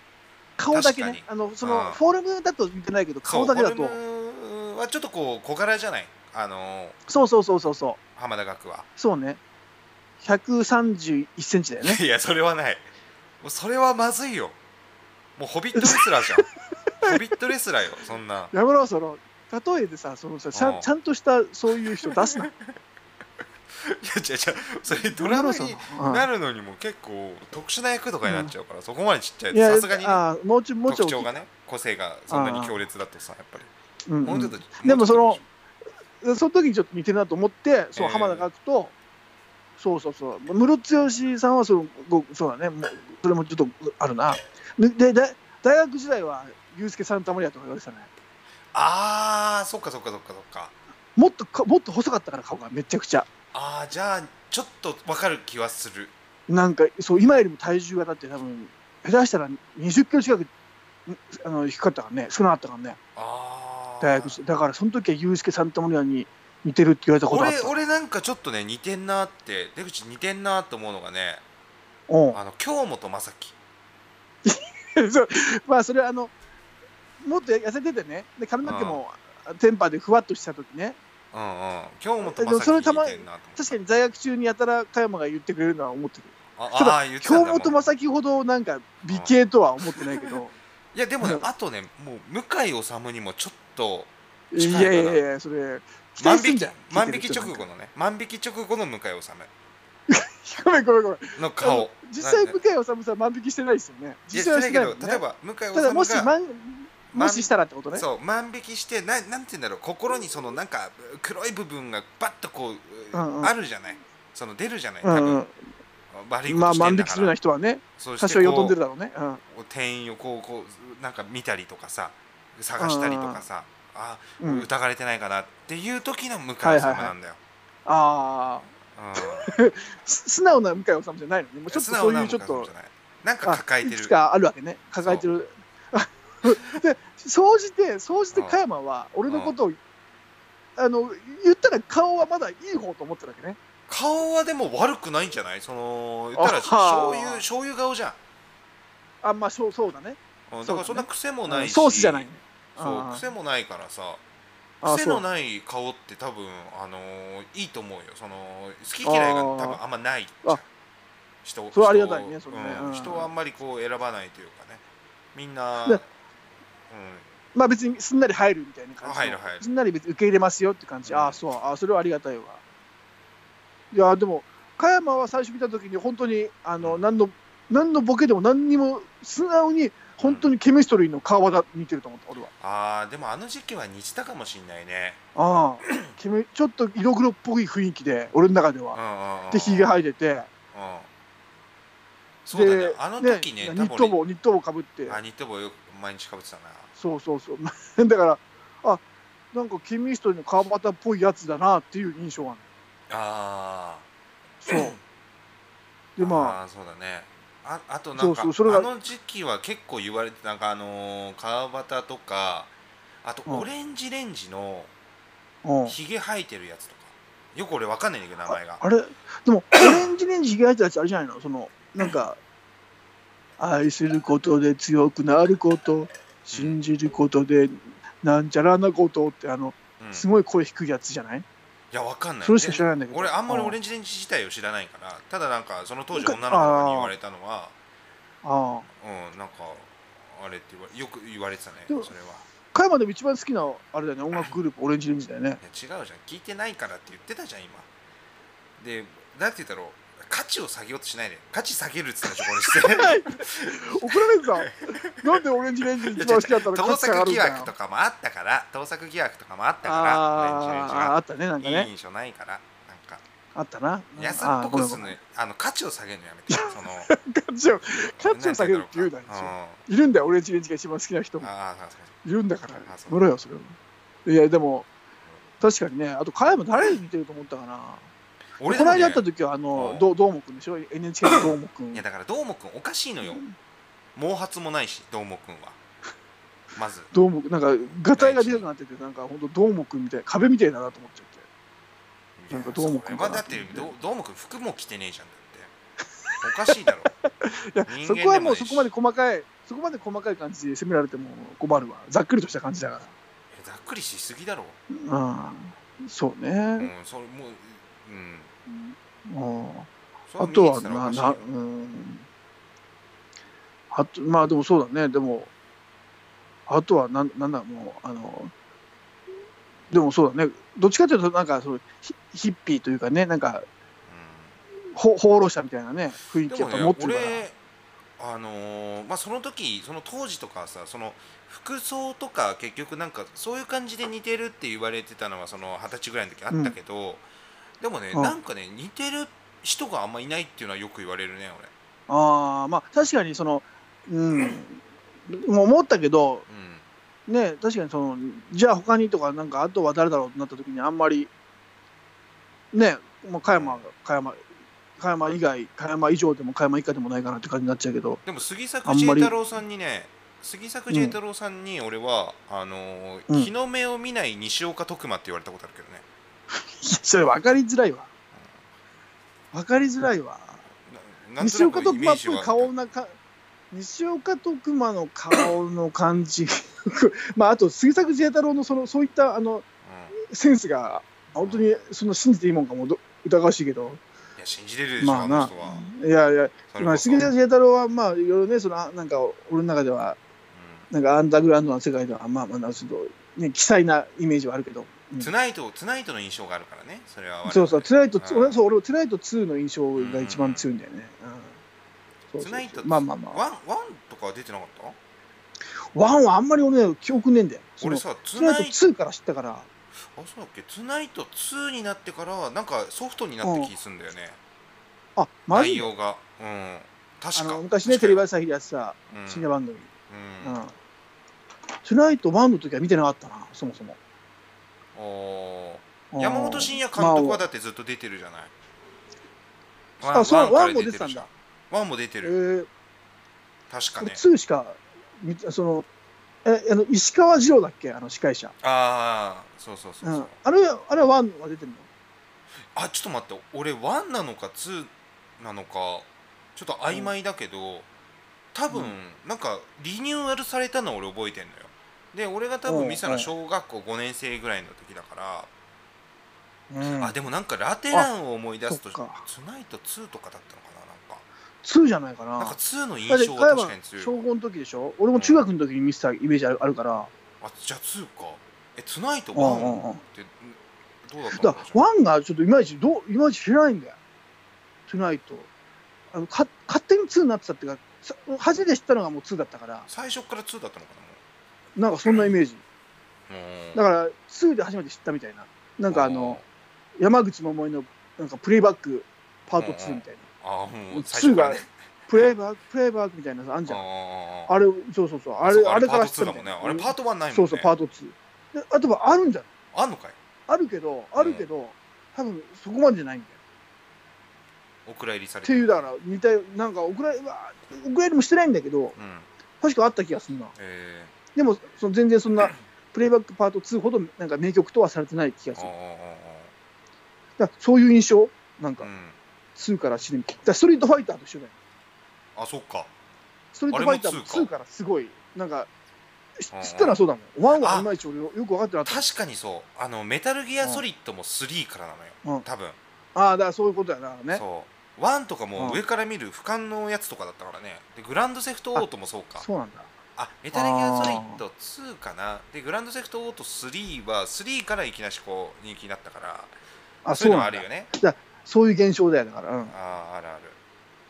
顔だけ
確
ね
か
あのそうの
ん
フォルムだと似てないけど
そう
顔だけだ
フ
と
ォルムはちょっとこう小柄じゃないあの
そうそうそうそうそう
浜田学は
そうね131センチだよね
[laughs] いやそれはないもうそれはまずいよもうホビットレスラーじゃ
[laughs]
んホビットレスラーよそんな
やめろその例えでさそのさちゃ
うん
んちゃんとしたそういう人出すな
いや違う違うそれ [laughs] ドラマに
うん
なるのにも結構特殊な役とかになっちゃうから、そこまでちっ [laughs] ちゃい
いや
とさすがにね、
あーもうちょいもうちょ
特
い大
徴
きい
がね個性がそんなに強烈だとさやっぱり、
うんうん
もうちょっともうちょっと
でもそのその時にちょっと似てるなと思ってそう
ええ
浜田岳と、そうそうそうムロツヨシさんはそのごそうだねもうそれもちょっとあるなでで大学時代はユースケ・サンタマリアとか言われてたね
ああそっかそっかそっかそっか
もっとかもっと細かったから顔がめちゃくちゃ
ああじゃあちょっとわかる気はする
なんかそう今よりも体重がだって多分下手したら2 0キロ近くんあの低かったからね少なかったからね
ああ
大学時代だからその時はユースケ・サンタマリアに似てるって言われたことがあっ
俺
た
俺なんかちょっとね似てんなって出口似てんなって思うのがね
うん
あの京本正樹
[laughs] そうまあそれはあのもっと痩せててねで髪の毛もテンパでふわっとした時ね
うんうん京本正
でもそれ
樹
たま
似てんなと思って
確かに在学中にやたら加山が言ってくれるのは思ってる
あ
ただ
あー言ってたん
京
だもん
本正樹ほどなんか美形とは思ってないけど
いやでもね
うん
あとねもう向井理にもちょっと
[laughs] い
近いかな
やいやいやそれ期
万
待すん
引
じ
き
ゃん
万引き直
聞いて
後のね万引き直後の向井
る人ごめんごめんごめん
理の顔
実際
な
向井理さんは万引きしてないですよ
い
ね
や
実
して
際は
な
し
いけど
てないもん、ね、
例えば向井
ただもし
理が
万もししたらってことね
そう万引きしてななんて言うんだろう心にそのなんか黒い部分がバッとこう
うんうん
あるじゃないその出るじゃない多
うん
分
うん
悪いこ
ま
と
あ
して
万
ん
引
だ
き
か
するよう
ら
な人はね
そうして
多少よ
こ
と
うん
でるだろうねうん
店員をこうこうなんか見たりとかさ探したりとかさあ
うん
疑われてないかなっていう時の向井
はい
理
はいはい
なんだよ。
ああ [laughs]
うん
す素直な向井理さんじゃないのねもうちょっ
素
とそ
直
う
な
いう
向
ち
井
ょっと
理じゃないなんか抱えて
い
る
くつ。かあるわけね抱えてる [laughs] で総じて総じて加山は俺のことをあの言ったら顔はまだいい方と思ってるわけね
顔はでも悪くないんじゃないその言ったら
あは
醤油醤油顔じゃん
あまあそうそうだね
うんだからそ
そうん
な
だね
癖もないし
ソースじゃないね
そう
あー
癖もないからさ
あー
癖
そう
のない顔って多分あのーいいと思うよその好き嫌いが
あー
多分あんまないじゃん
あ
人
それ
人
ありがたいねそれね
うん
うん
人はあんまりこう選ばないというかねみんな
で
うん
まあ別にすんなり入るみたいな感
あ
じの
入る入る
すんなり別に受け入れますよって感じ、
うん
ああそうああそれはありがたいわいやでも加山は最初見た時に本当にあの何の何のボケでも何にも素直に本当にケミストリーの顔だ似てると思った俺は
あーでもあの時期は似てたかもしんないね
ああ
[clears throat]
ケミちょっと色黒っぽい雰囲気で俺の中で
うん
は、
うんうん
でひげ生えてて
うんそうだね
で
あの時ね
ニ
多
ット
分
帽ニット帽かぶって
あニット帽よく毎日かぶってたな
そうそうそう [laughs] だからあなんかケミストリーの川端っぽいやつだなっていう印象がある
あ
そう。でまあ
あーそうだねああとなんか
そうそうそれが
あの時期は結構言われてなんかあのー川端とかあと
うん
オレンジレンジの
うん
ひげ生えてるやつとか、よく俺わかんないんだけど名前が
あれでもオレンジレンジひげ生えたやつあれじゃないのそのなんか愛することで強くなること信じることでなんちゃらなことってあの
うん、
す
い
ごい声低いやつじゃない、
やわかんない
それしか知らないんだけ
で
ど
俺あんまり
う
オレンジレンジ自体を知らないからただなんかその当時
なん
女
か
の子とかに言われたのは
ああ
うんなんかあれって言わよく言われてたね
でも
それは
加山でも一番好きなあれだよね音楽グループオレンジレンジだよね
いや違うじゃん聞いてないからって言ってたじゃん今でなんて言ったろう価値を下げようとしないで価値下げるっつったでしょ
[laughs]
これして
怒られてたなんでオレンジレンジ一番好きだったら
盗
価値下が
作
る
疑
んだよ
惑とかもあったから盗作疑惑とかもあった
あーあ
か
ったねなん
ら
か
オレンジレンジがいい
ね
印象ないからなんか
あったなうん
安
あ
っ
ー
ぽ
ごめ
く
ん
す
ご
ん
めん
のあの価値を下げるのやめてその
価値を [laughs] 価値を下げるって言うな
なんて言ったろか
いるんだよオレンジレンジが一番好きな人
うん
も
あーあーそう
いるんだから
あそう
乗れよそれはいやでも確かにねあと加山誰に似てると思ったかな
そう俺で
こ
も
の
ね
間会った時はあの
うん
どどーもくんでしょ NHK のどーもくん
いやだからどーもくんおかしいのよ毛髪もないしどーもくんはまず
どーもくんなんかガタイが出なくなっててなんか本当どーもくんみたいな壁みたいだなと思っちゃってなんかどーもくん
それはだ
かな
っ
と
て
思って
どどーもくん服も着てねえじゃんだっておかしいだろ
[laughs] いや
人間
そこはも
でもない
う
し
そこまで細かいそこまで細かい感じで攻められても困るわざっくりとした感じだか
えざっくりしすぎだろ
らうんそう
う
ね
んそれもううん
うん
それ
あ
見
と
え
は
てたらお
な
かしいよ
なうんあとまあでもそうだねでもあとはなんなんだもうあのでもそうだねどっちかというとなんかそのヒヒッピーというかねなんかほ放浪者みたいなね雰
う
囲
んで
気
も
やっぱ持
ね
ってるから、
俺あのーまあその時その当時とかさその服装とか結局なんかそういう感じで似てるって言われてたのはその二十歳ぐらいの時あったけど、でもね、
うん
なんかね似てる人があんまいないっていうのはよく言われるね俺
ああまあ確かにそのうんもう思ったけど
うん
ね確かにそのじゃあ他にとかなんかあとは誰だろうってなった時にあんまりねもう加山が加山加山以外加山以上でも加山以下でもないかなって感じになっちゃうけど [laughs]
でも杉
あ
作
んま
J
り
太郎さんにね杉作 J 太郎さんに俺は、あのー
うん
日の目を見ない西岡徳馬って言われたことあるけどね
それ分かりづらいわ分かりづらいわ
ななんと
西
な
岡
く
徳
イメ
馬
ー
っ
ジ
ぽい
は
顔なか西岡徳馬の顔の感じ [laughs] まああと杉作慈太郎のそのそういったあの
うん
センスが本当にその信じていいもんかもど疑わしいけど
いや信じれるでしょ、
ま
あ、
あ
の
な
人はい
やいや
それ
ま
こ
あ、
そ
杉田清太郎はまあいろいろねそのあなんか俺の中ではなんかアンダーグラウンドの世界ではまあまあなんかちょっとね奇才なイメージはあるけど、う
うん
ん
ツナイトツナイトの印象があるからねそれは我々
そうそうトゥナイト
ん
ツ俺そう俺もトゥナイト2の印象が一番強いんだよね、うんそうそうそう
ツナイト
まあまあまあ
ワンワンとかは出てなかっ
ワンはあんまり俺ね記憶ねえんだよ
た
その
俺
ト
さツ
ゥナイ
ナ
ト
イト
2から知ったから
あそうだっけツナイト2になってからなんかソフトになった気すんだよね、
あマ
内
ジ
容がうん
あ
確か
の昔ねテレビ朝日でやってた
うん
深夜番組、
う
うんんトゥナイト1の時は見てなかったなそもそも
おー
うん
山本慎也監督はだってずっと出てるじゃない。
あそう
から
ワンも出てたんだ
ワンも出て
え
る。
ー
確か
俺
ね。
2しか見てそのえあの石川二郎だっけあの司会者、
ああ、そうそうそう
う
そ
ん
う。、
あれあれワンは出てるの
あ、ちょっと待って、俺ワンなのかツーなのかちょっと曖昧だけど、多分
う
なんかリニューアルされたの俺覚えてんのよ。で、俺が多分見たのは小学校5年生ぐらいの時だから、
うん
あ、でもなんかラテランを思い出すと、
あそっか
ツナイト2とかだったのかな、
2じゃないかな
なんか。なんか2の
だっ
印
て
象
加
は
山
確かに強いわ
小。5の時でしょ俺も中学の時に見せたイメージあるあるから、
あじゃあ2かえツナイト
う
ワ
んうん
ン
うん
っ、てどうだった
だ
ん
か
でしょう
らワンがちょっといまいちどういまいち知らないんだよトゥナイトあのか勝手に2になってたっていうかさ初めて知ったのがもう2だったから
最初から2だったのか
なんかそんなイメージ
なもう
だから2で初めて知ったみたいななんかあの山口百恵のなんかプレイバックパート2みたいな、
あーもう最初
2
から
が
ね
プレイバックプレイバックみたいなのあんじゃん
あー
あれそうそうそうあ
そ
れ
う
あれ
パ
か
ー
ら
ト2だ
ん
もんね
よ
あれパート1ないもんね
そうそうパート2であとはあるんじゃん
あんのかい
あるけどあるけど、多分そこまでじゃないんだよ
お蔵入りされ
て
て
い
る
うだから似たよなんかお蔵入りはお蔵入りもしてないんだけど
うん
確かあった気がするな
えー
でもその全然そ
[laughs]
んなプレイバックパート2ほどなんか名曲とはされてない気がす
おう
る
おう
だからそういう印象
おうお
なん
うう
か
ん
2から知りだからストリートファイターと一緒だよ
あそっか
ストリートファイターも
あれも2
2
か
からすごいなんかし
うんうん
知ったらそうだもん1はいまいち俺よく分かってなかった
確かにそうあのメタルギアソリッドも3からなのよ、
うん
多分、
ああだからそういうことやなね
そう1とかも
うん
上から見る俯瞰のやつとかだったからねでグランドセフトオートもそうか
そうなんだ
あメタルギアソリッド2かなでグランドセフトオート3は3からいきなしこう人気になったから
あ
そう
そ
いううの
な
あ
ん
る
だ
よね
そういう現象だよだからうん
あーあるある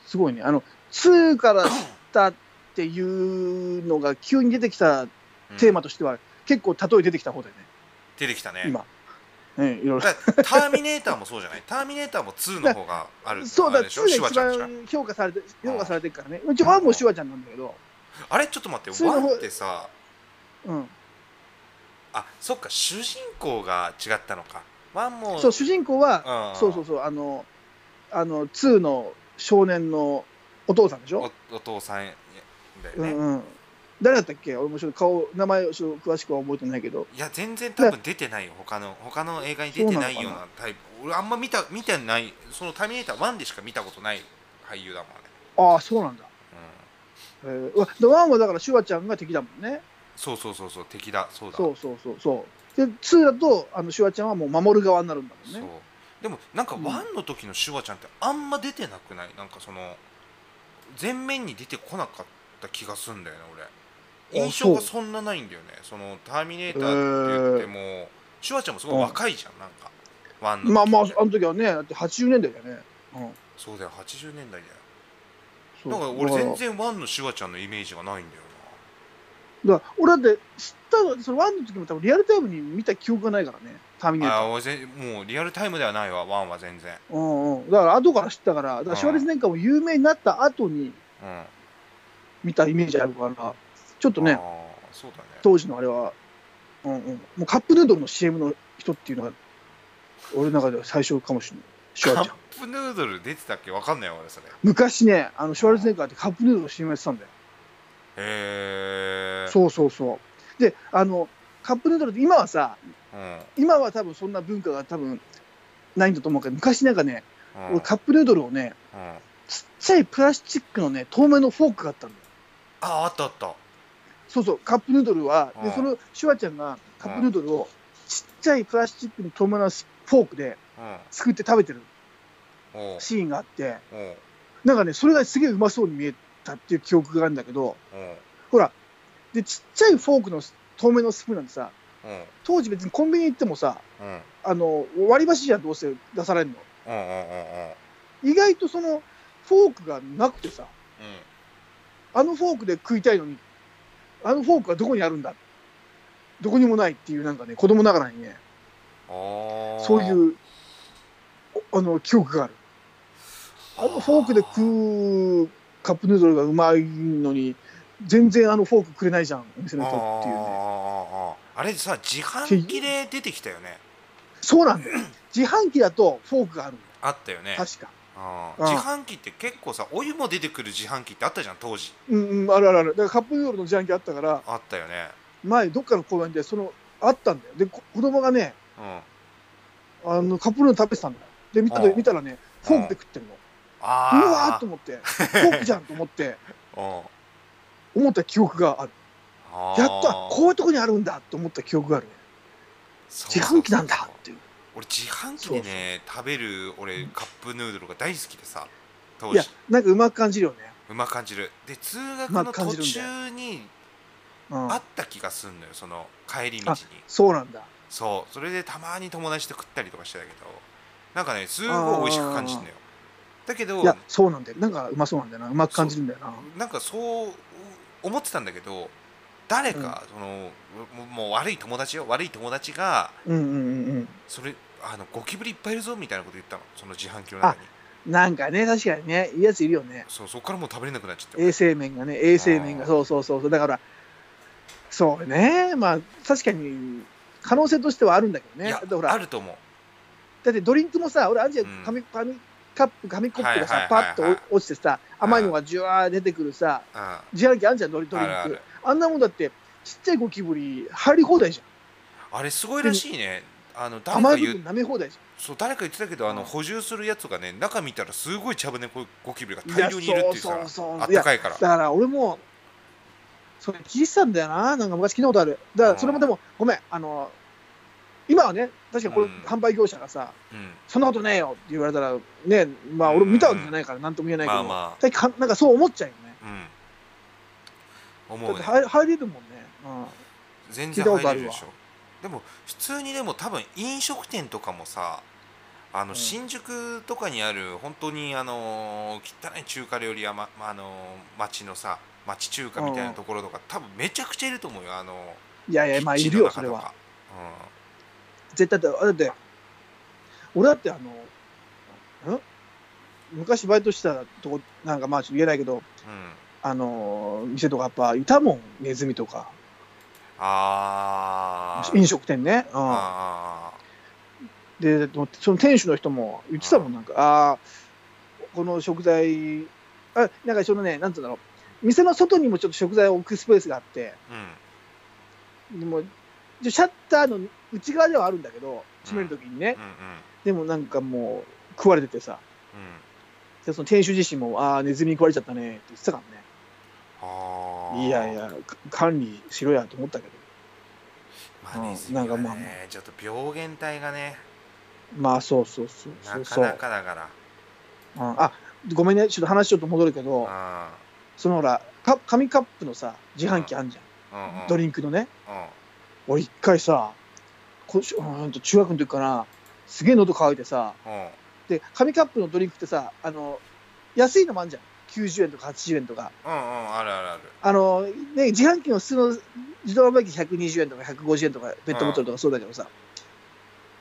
すごいねあの2から知ったっていうのが急に出てきた
うん
テーマとしては、結構例え出てきた方だよね
出てきたね
今ねいろい
だからターミネーターもそうじゃないターミネーターも2の方がある
ろそう
あ
だ
れでしょ
2が
シュワ
一
ちゃんでしょ
番評価されて評価されてるからねうち1もシュワちゃんなんだけど
あれちょっと待って
2の方
1ってさ
うん
あそっか主人公が違ったのか1も
そう主人公は
うん
そうそうそうあのあの2の少年のお父さんでしょ
おお父さんだよ
う
ね、
んうん誰だったっけ俺もちょっと顔名前をちょっと詳しくは覚えてないけど
いや全然多分出てないよ他の他の映画に出てないようなタイプ俺あんま見た見てないその「ターミネーター1」でしか見たことない俳優だもんね、
ああそうなんだ
うん、
えーうわで1はだからシュワちゃんが敵だもんね
そうそうそうそう敵だそうだ
そうそうそうそう。で、2だと、あの、シュワちゃんはもう守る側になるんだもん
そう
ね。
でもなんか
うん
1の時のシュワちゃんってあんま出てなくないなんかその前面に出てこなかった気がすんだよね俺
あ
印象が
そ
そ
う
んなないんだよねその「ターミネーター」って言っても、シュワちゃんもすごい若いじゃんなんか1の時
まあまあ、あの時はね、だって80年代だよね。うん。
そうだよ80年代だよ
そう
なんか俺
だ
全然ワンのシュワちゃんのイメージがないんだよ
だから俺だって、知った、その1の時も多分リアルタイムに見た記憶がないからね。ターミネ
な
ーター。
あー俺ぜもうリアルタイムではないわワンは全然
うんうん。だから後から知ったから、だからシュワレス年間も有名になった後に
うん
見たイメージあるから、ちょっと
あ
ね、
ーそうだね
当時のあれは、うんうん。もうカップヌードルの CM の人っていうのが、俺の中では最初かもしれない。シュ
カ
ワちゃん。
ップヌードル出てたっけわかんないよ俺それへ
昔ね、あの、シュワレス年間ってカップヌードルの CM やってたんだよ。
え
そうそうそう。で、あの、カップヌードルって今はさ、
うん
今は多分そんな文化が多分ないんだと思うけど、昔なんかね、
うん
俺カップヌードルをね、
うんあ
ちっちゃいプラスチックのね、透明のフォークがあったんだよ。
あったあった
そうそう、カップヌードルは、
うん
で、そのシュワちゃんがカップヌードルをちっちゃいプラスチックの透明なフォークで
う
すくって食べてる
んおう
シーンがあって、
おう
なんかね、それがすげえうまそうに見えたっていう記憶があるんだけど、
おう
で、ちっちゃいフォークの透明のスプーンなんてさ、
おう
当時別にコンビニ行ってもさ、
うん
あの割り箸じゃんどうせ出されるの
うんうんうんうん
意外とそのフォークがなくてさ
うん
あのフォークで食いたいのにあのフォークはどこにあるんだどこにもないっていうなんかね子供ながらにね
あー
そういうおあの記憶があるあのフォークで
う
食うカップヌードルがうまいのに全然あのフォークくれないじゃんお店の人っていうね
あーあれさ自販機で出てきたよね
そうなんだよ自販機だとフォークがあるの
あったよね
確か
あ
うん
ー自販機って結構さお湯も出てくる自販機ってあったじゃん当時
うんうんあるあるあるだからカップヌードルの自販機あったから
あったよね
前どっかの公園でそのあったんだよでこ子供がね
うん
あのカップヌードル食べてたんだよで見た
うん
見たらねフォークで食ってるのうわー
あ
っと思ってフォークじゃんと思って
ーうん
思った記憶がある
あー
やったこういうとこにあるんだと思った記憶があるね
そう
自
そうそう
販機なんだっていう
俺自販機でね食べる俺カップヌードルが大好きでさ当
いや
時
なんかうまく感じるよね
うまく感じるで通学
う
の
まく感
途
じるんだよ
中に
うん
あった気がすんのよその帰り道に
そうなんだ
そうそれでたまに友達と食ったりとかしてたけどなんかねすごい美味しく感じるのよだけど
いやそうなんだよなんかうまそうなんだよなうまく感じるんだよな
なんかそう思ってたんだけど誰か、そのももう悪い友達よ悪い友達が
うんうんうん
それあのゴキブリいっぱいいるぞみたいなこと言ったのその自販機の中に
うんなんかね確かにねいいやついるよね
そうそこからもう食べれなくなっちゃって
衛生面がね衛生面
あ
が
ー
そうそうそうそうだからそうねまあ確かに可能性としてはあるんだけど
い
ねだ
や
ってほ
あ
ら
ると思う
だってドリンクもさ俺あんじゃん
うん
紙紙紙カップ、紙コップが
はい
さ、
はい
パ
はいは
ッ
い
と落ちてさ、甘いのがじゅわー出てくるさ、
あ
自販機あんじゃん、ドリドリン
るあ
ク
る。
あんなもんだって、ちっちゃいゴキブリ入り放題じ
あれすごいらしいねあの
ゃん。
誰
甘
か
い部
言
分
う
舐め放題じ
そう誰か言ってたけどあの
うん
補充するやつがね中見たらすごい茶羽ゴキブリが
ゃん。
大量にいるっていう
そ
さ
うそう
あっ
そう。いや
た、かいから
だから俺も、それ聞いてたんだよな、なんか昔聞いたことある。だからそれもでも、ごめん、あの、今はね、確かこれ、
うん
販売業者がさ、
うん
そんなことねえよって言われたら、ね、まあ俺も見たわけじゃないから、なんとも言えないけ
まあ
ど、
ま
だからなんかそう思っちゃうよね。
あうん
だ
思
っ
う
て
ね
入入れるもんね。うん
全
聞い
然
たことあ
入
る
れる
わ
でしょでも普通にでも多分飲食店とかもさあの
ん
新宿とかにある本当にあのー汚い中華料理屋、ままあのー町のさ町中華みたいなところとか多分めちゃくちゃいると思うよあの
いやいや、まあいるよ、そ
キッチ
れ
ンの中と
は。
か
絶対だよ。だって、俺だってあの、ん昔バイトしてたとこ、なんかまあちょっと言えないけど、
うん、うん、
あの、店とかやっぱいたもん、ネズミとか、
あー
飲食店ね。うん。
あ
で、でもその店主の人も言ってたも
うん
ん、なんか、ああー、この食材、あなんかそのね、なんつうんだろう、店の外にもちょっと食材を置くスペースがあって、
ーうん
でもでシャッターの内側ではあるんだけど、閉めるときにね、
うん
でもなんかもう、食われててさ、
うんうん
でその店主自身も、ああ、ネズミに食われちゃったねって言ってたか
あ
ら
ー
ね、いやいや、か管理しろやと思ったけど、
まあ
うん
ネズミはね、
なんかまあ
ちょっと病原体がね
まあそうそうそう、
な
そう
か
そう
なかだから
うんあごめんね、ちょっと話ちょっと戻るけど、そのほら、か紙カップのさ、自販機あんじゃん、
うんうんうん
ドリンクのね。
うん
俺一回さこしうーんと中学の時かなすげえ喉乾いてさ
うん
で紙カップのドリンクってさあの安いのもあんじゃん90円とか80円とか
うんうんあるあるある
あの、ね、自販機の普通の自動販売機120円とか150円とかペットボトルとかそうだけどさ、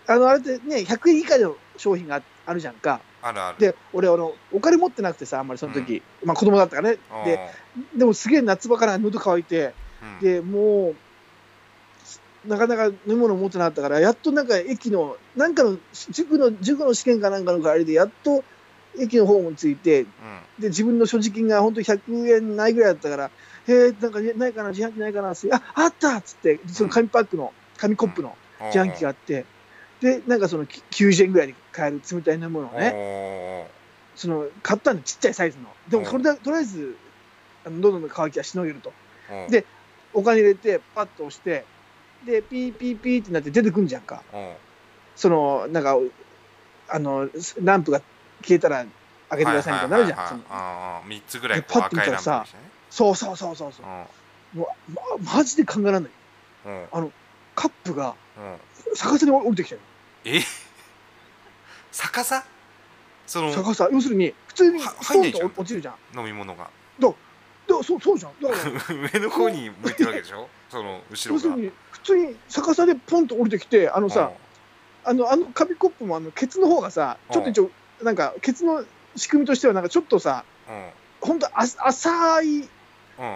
あのあれってね100円以下の商品があるじゃんか
あるある
で俺あのお金持ってなくてさあんまりその時、まあ子供だったからね
うん
ででもすげえ夏場から喉乾いて
うん
でもうなかなか飲み物持ってなかったからやっとなんか駅のなんかの塾の塾の試験かなんかの代わりでやっと駅のホームに着いて
うん
で自分の所持金が本当に100円ないぐらいだったから「へえなんかないかな自販機ないかな」って「ああった!」っつってその紙パックの紙コップの自販機があってでなんかそのき90円ぐらいで買える冷たい飲み物をね
ね
その買ったんでちっちゃいサイズのでも
うん
これだとりあえずあの喉の渇きはしのげると。でお金入れてパッと押してでピーピーピーってなって出てくんじゃんかそのなんかあのランプが消えたら開けてくださいみたいになるじゃんその
ゃん3つぐらい
でパッて見
赤い
た
ラ
ら
ンプに
さ
してね
そうそうそうそうそうもうまマジで考えられない
うんうん
カップが
うん
逆さに降りてきたよ
逆さその
逆さ要するに普通に
は
スト
入
ン
んないじゃん
と落ちるじゃん
飲み物が
だそうそうじゃん
[laughs]
だから
上の方に向いてるわけでしょその後
要す
ろ
る
が
に普通に逆さでポンと降りてきてあのさあのあの紙コップもあのケツの方がさちょっと一応なんかケツの仕組みとしてはなんかちょっとさ
うんうん
本当あ浅
う
い
ん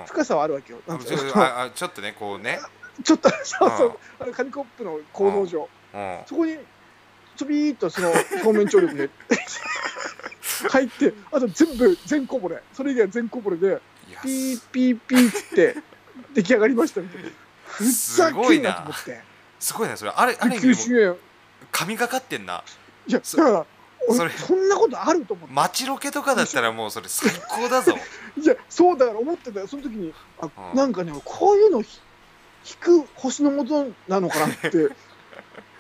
深さはあるわけよ。 [laughs] なんつ
ち
う
ょ
の
ああちょっとねこうね
ちょっと、そうそう、 [laughs] あの紙コップの構造上、
うん
そこに、ちょびーっとその表面張
[laughs]
力で入って、あと全部、全こぼれ、それ以外は全こぼれで、 [laughs]
いや
ピーピーピーっつって、出来上がりましたみたいな。ふざ
すご
け
い
んな
な
と思って、
すごいなそれあれあれ
90円。
神がかってんない
や、
そ
だから、俺
それ
そんなことあると思って、
街ロケとかだったらもうそれ最高だ
[laughs]
ぞ
いや、そうだから思ってたよ、その時に、あ
うん
なんかね、こういうのひ引く星のもとなの
[laughs]
かなって、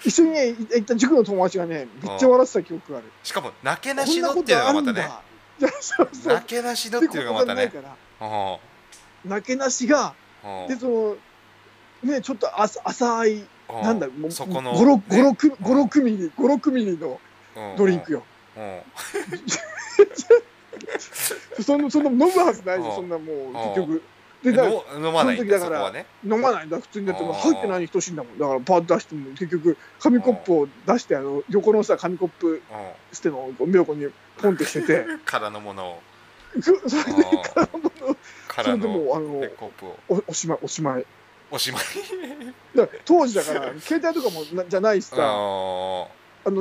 一緒にね、い行った塾の友達がね、めっちゃ笑ってた記憶がある。
しかもなけな
こ
し
んな
のっ
こ
ていうの
と
が
あ
ま
るん
た
だ。
ね
いや、そうそう。
なけなしのっていうのがまた
って
ね
ことがないから
うん
なけなしが、
うん
で、その、ね、ちょっと浅浅い、
う
なんだ、もう、
そこの
5、6、
ね
5、6、5、6ミリ、5、6ミリの
うん
ドリンクよ。
うんうん
そんな、そんな飲むはずないじゃ、
うんん
そんなもう、結
うん
局。で、だから
の飲まないんだそ
その時だ
こ
から
はね
飲まないんだ普通にだってもう
あー
入ってないに等しいんだもんだからパッと出しても結局紙コップを出してあの横のさ紙コップ
う
捨てのを妙子にポンって捨てて
ん空のものを
ふそれで
うん
[laughs] 空物をそ
空
れで
の
もうあ
ペ
の
ッコープを
おおしまいおしまい
おしまい
だから当時だから携帯とかもなじゃないし
うん
さあの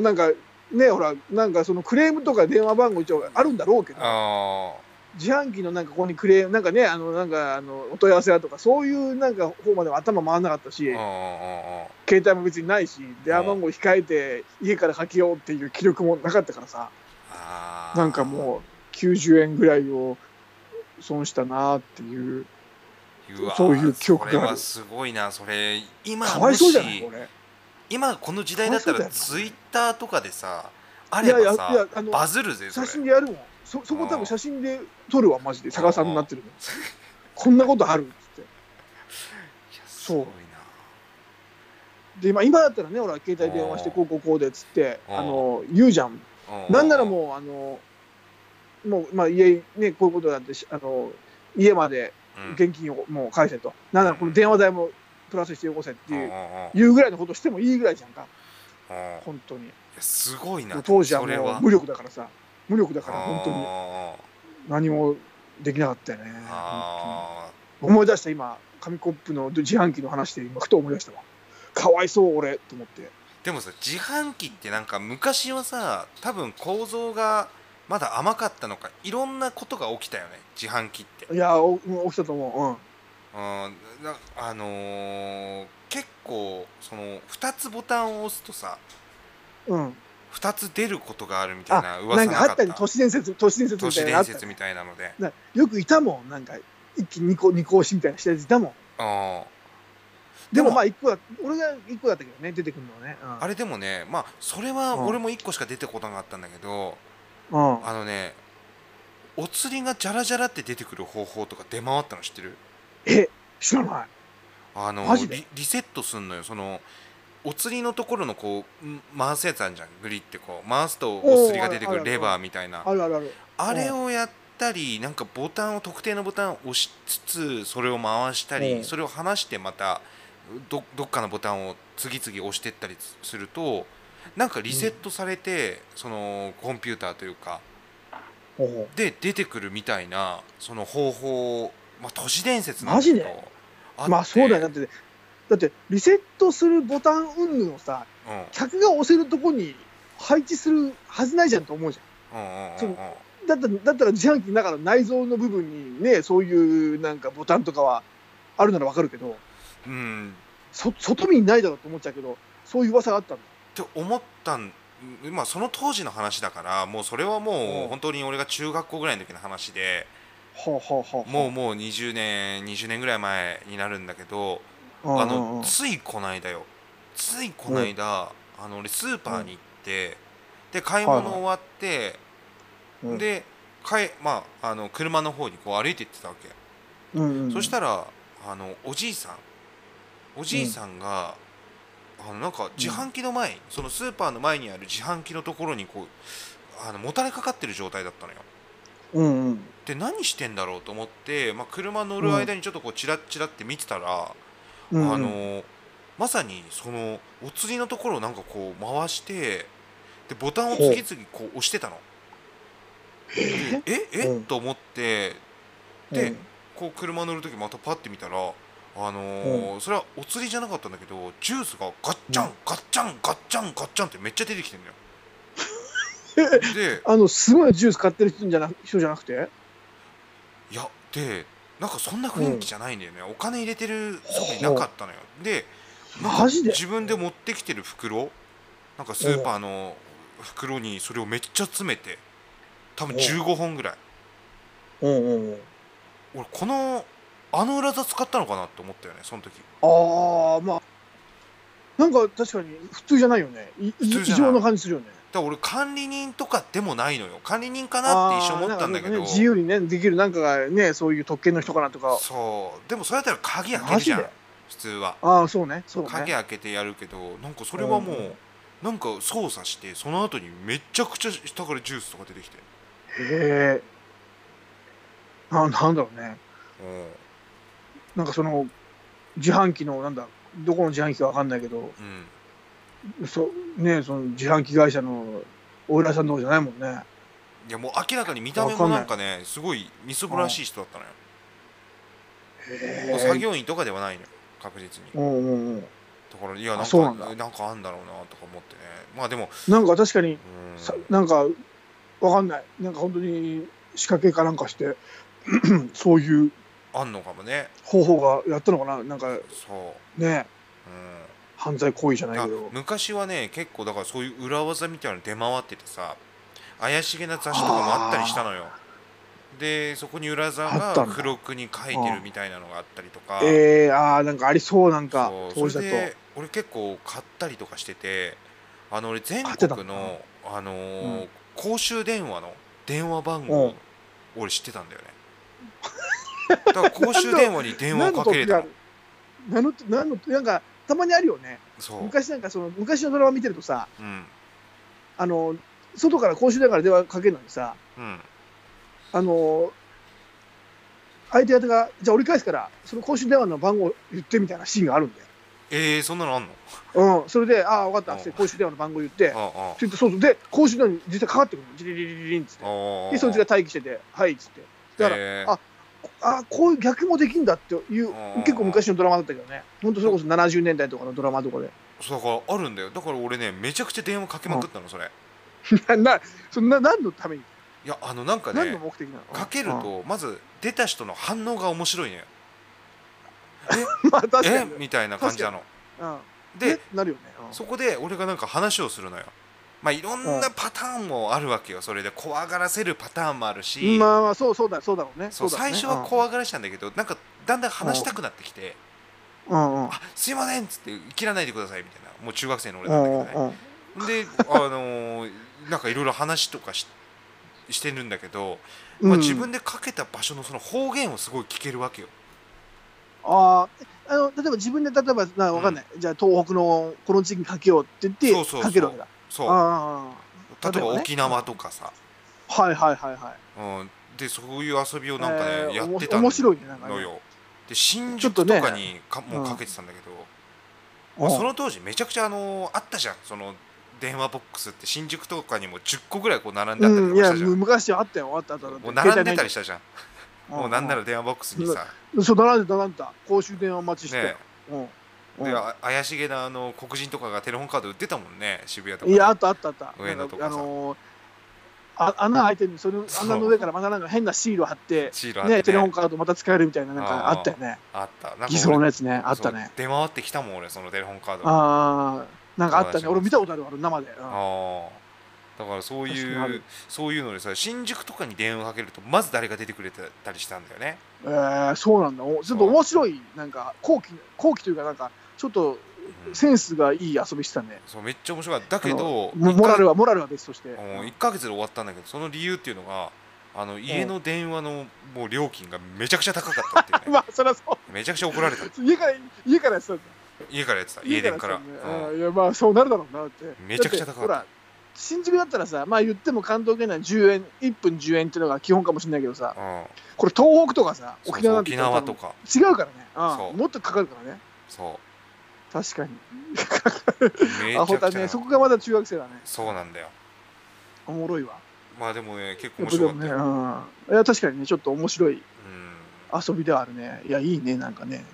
なんかねほらなんかそのクレームとか電話番号一応あるんだろうけど
あ
自販機のなんかここにクレームなんかねあのなんかあのお問い合わせだとかそういうなんか方までは頭回らなかったし
ーあーあーあ
携帯も別にないし電話番号控えて家からかけようっていう気力もなかったからさ
ーあー
なんかもう90円ぐらいを損したなっていう
うわー
そういう記憶がある
それはすごいなそれ今
かわいそうじゃな
も
い
し
これ
今この時代だったらツイッターとかでさあ
い
れ
やい
ば
やい
さ
やあの
バズるぜそ
写
れ
真でやるもんそそこ多分写真で撮るわマジで逆さになってるのこんなことあるっつって
いやすごいな
で今今だったらねほら携帯電話してこうこうこうでっつって
うん
あの言うじゃんなんなら
う
もうあのもうまあ家ねこういうことなんてしあの家まで
うん
現金をもう返せと、なんならこの電話代もプラスしてよこせって
うんうん
いう
ん
う,、
うん
いうぐらいのことしてもいいぐらいじゃんか
い
本当に
やすごいな
当時は
それ
もう
は
無力だからさ無力だから本当に
あ
何もできなかったよね
ーあ
思い出した今紙コップの自販機の話で今ふと思い出したわかわいそう俺と思って
ーでもさ自販機ってなんか昔はさ多分構造がまだ甘かったのかいろんなことが起きたよね自販機って
いやおうん起きたと思
うんなあのー結構その2つボタンを押すとさ
ううんうん
2つ出ることがあるみたいな
な
噂
ん
な
かあ
かった
ったり都市伝説都市伝説
都
みた
市
いなの
伝
あった
説みたいなので
なよくいたもんなんか一気に2個二個押しみたいなしたやついたもん
あ
で
でも
もまあ一個だ俺が1個だったけどね出てくるのはね、うん、
あれでもねまあそれは俺も1個しか出てこなかったんだけど、
うん
あのねお釣りがジャラジャラって出てくる方法とか出回ったの知ってる
え知らない
あの
マジで
リリセットすんのよそのお釣りのところのこうん回すやつあるじゃんグリってこう回すとお釣りが出てく
おーあ
る
るあるある
レバーみたいな
あるあるある
あれをやったりなんかボタンを特定のボタンを押しつつそれを回したり、
うん
それを離してまたどどっかのボタンを次々押してったりするとなんかリセットされて、そのコンピューターというか
ほうほ
で出てくるみたいなその方法、まあ、都市伝説なん
マ
だけ
ジ
ど
でうまあそうだよだっ
ね、
てだってリセットするボタン云々をさ
うん
客が押せるとこに配置するはずないじゃんと思うじゃ
うんうん
そ
うん
う
うんあ
んだったらだったら自販機だから内臓の部分にねそういうなんかボタンとかはあるならわかるけど
うんっ
そ外見にないだろうと思っちゃうけどそういう噂があったんだ
て思ったんまあその当時の話だからもうそれはも
うん
う本当に俺が中学校ぐらいの時の話で。
はあはあはあ
もうもう20年20年ぐらい前になるんだけど
うん
あ
うんうん
のついこの間よついこの間あの俺スーパーに行ってで買い
はい
物
はい
終わって
うん
でかえまああの車の方にこう歩いてってたわけ
うんうん
そしたらあのおじいさんおじいさんがあのなんか自販機の前にそのスーパーの前にある自販機のところにこうあのもたれかかってる状態だったのよ
うんうん
で何してんだろうと思って、まあ、車乗る間にちょっとこうチラッチラって見てたら、
うんうん
あのまさにそのお釣りのところをなんかこう回してでボタンを次々こう押してたの。でええ
うん
と思ってで
うん
こう車乗る時またパッて見たら、あのーそれはお釣りじゃなかったんだけどジュースがガッチャン、
うん
ガッチャンガッチャンガッチャンってめっちゃ出てきて
[laughs]
んだよ。で
あのすごいジュース買ってる人じゃな人じゃなくて
いやでなんかそんな雰囲気じゃないんだよね、お金入れてるそぶりなかったのよでなんか
マジで
自分で持ってきてる袋なんかスーパーの袋にそれをめっちゃ詰めて多分
うん
15本ぐらい
うんうんうん
俺このあの裏座使ったのかなって思ったよねその時
ああまあなんか確かに普通じゃないよねいい
普通
異
じゃない
常な感じするよね
だから俺管理人とかでもないのよ管理人かなって一瞬思ったんだけ
あーな
ど、
かね自由にねできるなんかがねそういう特権の人かなとか
そうでもそれだったら鍵開けるじゃ
マ
ん
ジで
普通は
ああそうねそう
鍵
ね
開けてやるけどなんかそれはもう、
うん
なんか操作してその後にめちゃくちゃ下からジュースとか出てきて、
へえななんだろうね
うん
なんかその自販機のなんだどこの自販機かわかんないけど
うん、
そうねその自販機会社の大浦さんのとこじゃないもんね
いやもう明らかに見た目もなんかねすごいみそぼらしい人だったのよ、
へ
作業員とかではないのよ確実に
うんうんうん
ところいやなん
あ
か
そうなん
な
だ
んかあんだろうなとか思ってねまあでも
なんか確かに
うん
さなんかわかんないなんか本当に仕掛けかなんかして [clears throat] そういう
あんのかもね
方法がやったのかななんか
そう
ね
うん
犯罪行為じゃない
あ
けど
昔はね結構だからそういう裏技みたいなの出回っててさ怪しげな雑誌とかもあったりしたのよでそこに裏技
あった
が
んだ
付録に書いてるみたいなのがあったりとか
えー、あーなんかありそうなんか
そ
当
う
時
そ
だ
れ
と
で俺結構買ったりとかしててあの俺全
買ってた
国
んだ
の、あのー
うん
公衆電話の電話番
う
号
ん
俺知ってたんだよねだから公衆電話に電話を
何の
かけ
時
れ
が
た
あ
の
る何の何のなんかたまにあるよね
そう、
昔なんかその昔のドラマ見てるとさ
うん
あの外から公衆電話から電話かけるのにさ
うん、
あの相手方がじゃあ折り返すからその公衆電話の番号言ってみたいなシーンがあるんだよ
えー、そんなのあんの
うん、それで、ああ、分かった、
うん
つって公衆電話の番号言って、って
あああ
言って、そうそう、で、公衆電話に実際かかってくるの、ジリリリリリンっつって。
ああ
で、そいつが待機してて、はいっつって。だから、
え
あああ、こういう逆もできんだっていう
うん、
結構昔のドラマだったけどね、本当それこそ70年代とかのドラマとかで。 [laughs]
そうだからあるんだよだから俺ねめちゃくちゃ電話かけまくったのそれ
なな、そんな、何のために、
いやあのなんか
何
ね
の目的なの
かける
うん
とまず出た人の反応が面白いね
まあ、確か
え
に。
みたいな感じなの
うん、
で
ねなるよね。うん
そこで俺がなんか話をするのよまあいろんなパターンもあるわけよそれで怖がらせるパターンもあるし
まあまあ、そうそうだ、そうだろうね。
そう
だろ
最
ね
初は怖がらしたんだけどなんかだんだん話したくなってきて
うんうん
「あすいません」っつって「切らないでください」みたいなもう中学生の俺
う
なんだけ
ん
ど
うん
ね
うん
であのーなんかいろいろ話とかししてるんだけど、
うん
まあ、自分でかけた場所のその方言をすごい聞けるわけよ。
あああの例えば自分で例えばなわかんない、じゃあ東北のこの地域にかけようって言って
そうそうそう
かけるわけだ
そう
あ
例え
例え
ば
ばね
沖縄とかさ、
あはいはいはいはい
うん、でそういう遊びをなんかね、
えー
やってた
おも面白いねなんかね
のよ。で新
ちょっ
宿
と
と
ね
かにか、もうかけてたんだけど、まあその当時めちゃくちゃあのーあったじゃんその電話ボックスって新宿とかにも10個ぐらいこう並んであったり
う
と
ん、
か
い
したじゃん。
や昔あったよあったあったあった
もう並んでたり
し
したじゃん。
て
もうなんなら電話ボックスにさ、
そう並んでた並んでた公衆電話待ちして、
ね
うんうん
であ怪しげなあの黒人とかがテレホンカード売ってたもんね渋谷とか
いやあったあったあった
上野とかさ
なんあのーあ穴開いてるのその
そう
穴の上からまたなんか変なシールを貼って
シールあって、ね
ね、テレホンカードまた使えるみたいななんかあったよね
あったなんか俺
偽造のやつねあったね
そう出回ってきたもん俺そのテレホンカードあ
ああ、なんかあったね。
お願いします
俺見たことあるわ、あの生で。うん
あだからそう
確かにあ
い
る
うそういうのでさ新宿とかに電話かけるとまず誰が出てくれてたりしたんだよね
えー、そうなんだ。おちょっと面白い、なんか、後期、後期というか、なんか、ちょっと
うん
センスがいい遊びしてたね。
そうめっちゃ面白かっただけ
あ
ど
もモラルは、モラルは別として。
1か月で終わったんだけどその理由っていうのがあの家の電話のもう料金がめちゃくちゃ高かったっていうね
[laughs] まあ、そりゃそ
めちゃくちゃ怒られた
う。家から、家からやってたんだ。
家からやってた家電から
家やってたんだ
う
うんいや、まあ、そうなるだろうなって。
めちゃくちゃ高かった
だてほら、新宿だったらさ、まあ言っても関東圏内10円、1分10円っていうのが基本かもしれないけどさ、
んうん
これ東北とかさ、
そう
沖
そう
縄なんて
沖
言った
縄
ら多
と
分
か
違うからね。
そ
あ
う
もっとかかるからね。
そう
確かに。
めち
ア
ゃ
ホ
くち
だ
ゃ
ね。そ
そ
こがまだ中学生だね。
うなんだよ
おもろいわ。
まあでもね結構
や
面白
っぱでも
かった
ね、
よ、
うん。いや、確かにね、ちょっと面白い
うん
遊びではあるね。いや、いいね、なんかね。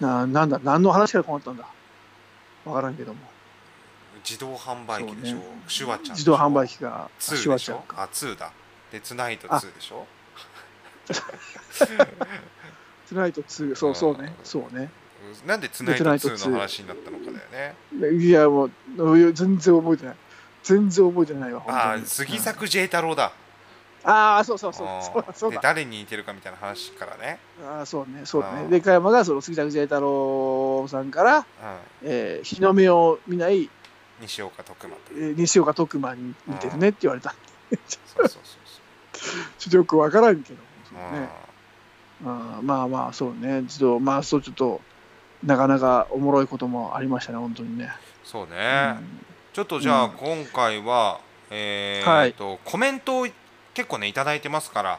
ななんだ、何の話から困ったんだ。わからんけども。
自動販売機でしょ、
そうね
シュワちゃん
自動販売機が、
2でし
ちゃん
ょ
か。
あ2だでツナイト2でしょ
ツナイト2、そうそうね。そうね。
なんでツナイト
でツナイト
2の話になったのかだよね
いや、もう、いや全然覚えてない。全然覚えてないわ。本
あ
当
あ
に
杉作 J 太郎だ、
うんああ、そうそうそう。
あー
そうだ、そう
で
だ。
誰に似てるかみたいな話からね、
ああ、そうね、そうだ
う
ね。
ん
で、加山が、その杉田清太郎さんから、
う
えー日の目を見ない、
ん、西岡徳
[laughs]
馬と
えー西岡徳馬に似てるねって言われた。
そうそうそう
ちょっとよくわからんけど、
そう、
そうねあーまあまあ、そうね、ちょっと、まあ、そうちょっと、なかなかおもろいこともありましたね、本当にね。
うんそうね、
うん
ちょっとじゃあ
うん
今回は、え
は
ー
い
っとコメントを結構ねいただいてますから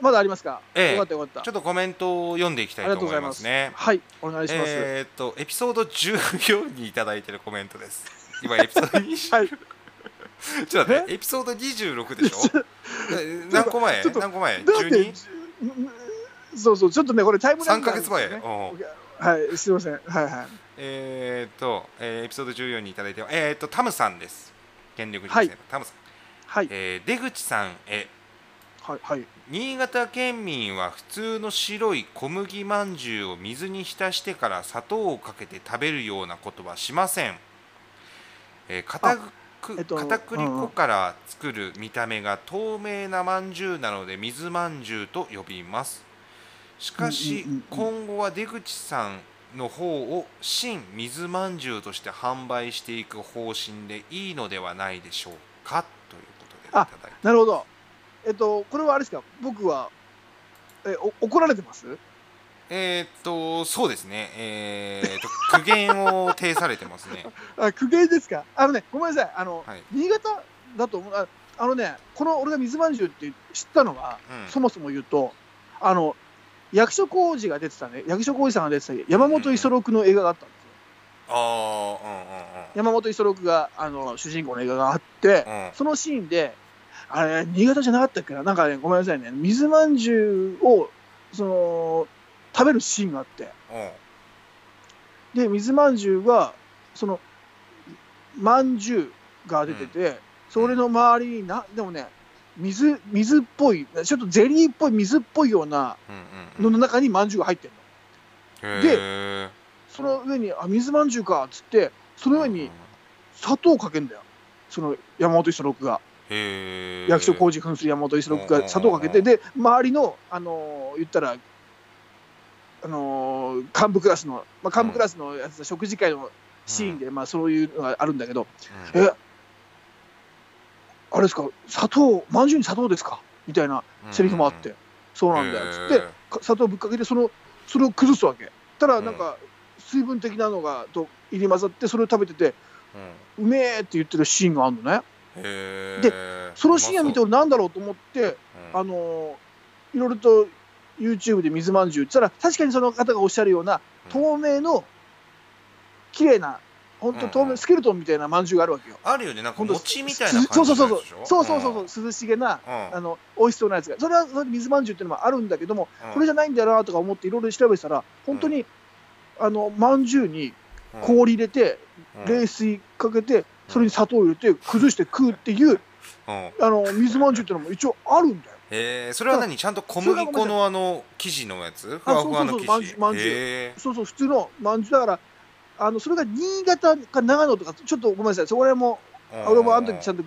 まだありますか、
ええ
よかったよかった。
ちょっとコメントを読んでいきたいと思いますね。
はい、お願いします。
えーっとエピソード14にいただいてるコメント
[laughs]
です。今エピソード20、
はい
ちょっと待ってエピソード26でし
[laughs]
ょ。え何個前？
ちょっと
何個前
だって
？12？
じうんそうそう、ちょっとね、これタイムラグ
三
が
ヶ
あるん
月
で
前。
すよね
うん
はい、すいません。はいはい。
えー、っと、えーエピソード14にいただいてはえー、っとタムさんです権力人生のタムさん、
はい、
えー出口さんへ
はい、はい。
新潟県民は普通の白い小麦まんじゅうを水に浸してから砂糖をかけて食べるようなことはしません、えー、片く
えっと
片栗
うんう
粉
ん
から作る見た目が透明なまんじゅうなので水まんじゅうと呼びますしかし
うんうんうん
今後は出口さんの方を新水まんじゅうとして販売していく方針でいいのではないでしょうかということでいただい
あ
て
なるほど。えっと、これはあれですか、僕は、え、お怒られてます
えーっと、そうですね、えーっと、 [laughs] 苦言を呈されてますね。
あ、苦言ですかあのね、ごめんなさい。あの、
はい
新潟だと思う。ああのね、この俺が水まんじゅうって知ったのは、
うん
そもそも言うと、あの、役所広司が出てたね、役所広司さんが出てた山本五十六の映画があったんですよ。
ああ、
山本五十六が、あの、主人公の映画があって
う、んうんうん。うん
そのシーンで、あれ、新潟じゃなかったっけな、なんかね、ごめんなさいね、水まんじゅうを、その、食べるシーンがあって、
うん
で、水まんじゅうが、その、まんじゅうが出てて、それの周りにな、でもね、水、水っぽい、ちょっとゼリーっぽい、水っぽいような
うんう
の
ん。
の中にまんじゅうが入ってるの。
で、
その上に、あ、水まんじゅうか、つって、そ
こ
の上に、砂糖をかけんだよ。その山本五十六が、
へー
役所工事扮する山本五十六
うんうんうんう
が
ん
砂糖をかけて、で、周りの、あのー言ったら、あのー幹部クラスの、まあ、幹部クラスのやつ、食事会のシーンで、まあ、そういうのがあるんだけど、
うん
えあれですか砂糖まんじゅうに砂糖ですかみたいなセリフもあって、、そうなんだよっつって、か砂糖ぶっかけてそのそれを崩すわけたらなんか水分的なのがと入り混ざってそれを食べててうめえって言ってるシーンがあるのねで
で
そのシーンを見て
る
俺なんだろうと思ってあのーいろいろと YouTube で水まんじゅうって言ったら確かにその方がおっしゃるような透明の綺麗な本当透
うんう
明
ん
スケルトンみたいなまんじゅうがあるわけよ
あるよね、なんか
今度
餅みたいな
そ
感
うそ
じ
うそ
の
う
やつ
そう
でしょ。
そうそうそうそう涼しげな
うん。うん
あの美味しそうなやつがそれはそれで水まんじゅうっていうのもあるんだけども
うん
これじゃないんだよなとか思っていろいろ調べてたら本当にあのまんじゅうに氷入れて
うん
冷水かけてそれに砂糖入れて崩して食うっていう
うんうん
あの水まんじゅうっていうのも一応あるんだよ
えーそれは何ちゃんと小麦粉のあの生地のやつふわふわの生
そうそうそう
地
まんじゅうまんじゅう
へ
そうそう普通のまんじゅうだからあのそれが新潟か長野とかちょっとごめんなさいそこら辺も
ー
俺もあの時ちゃんと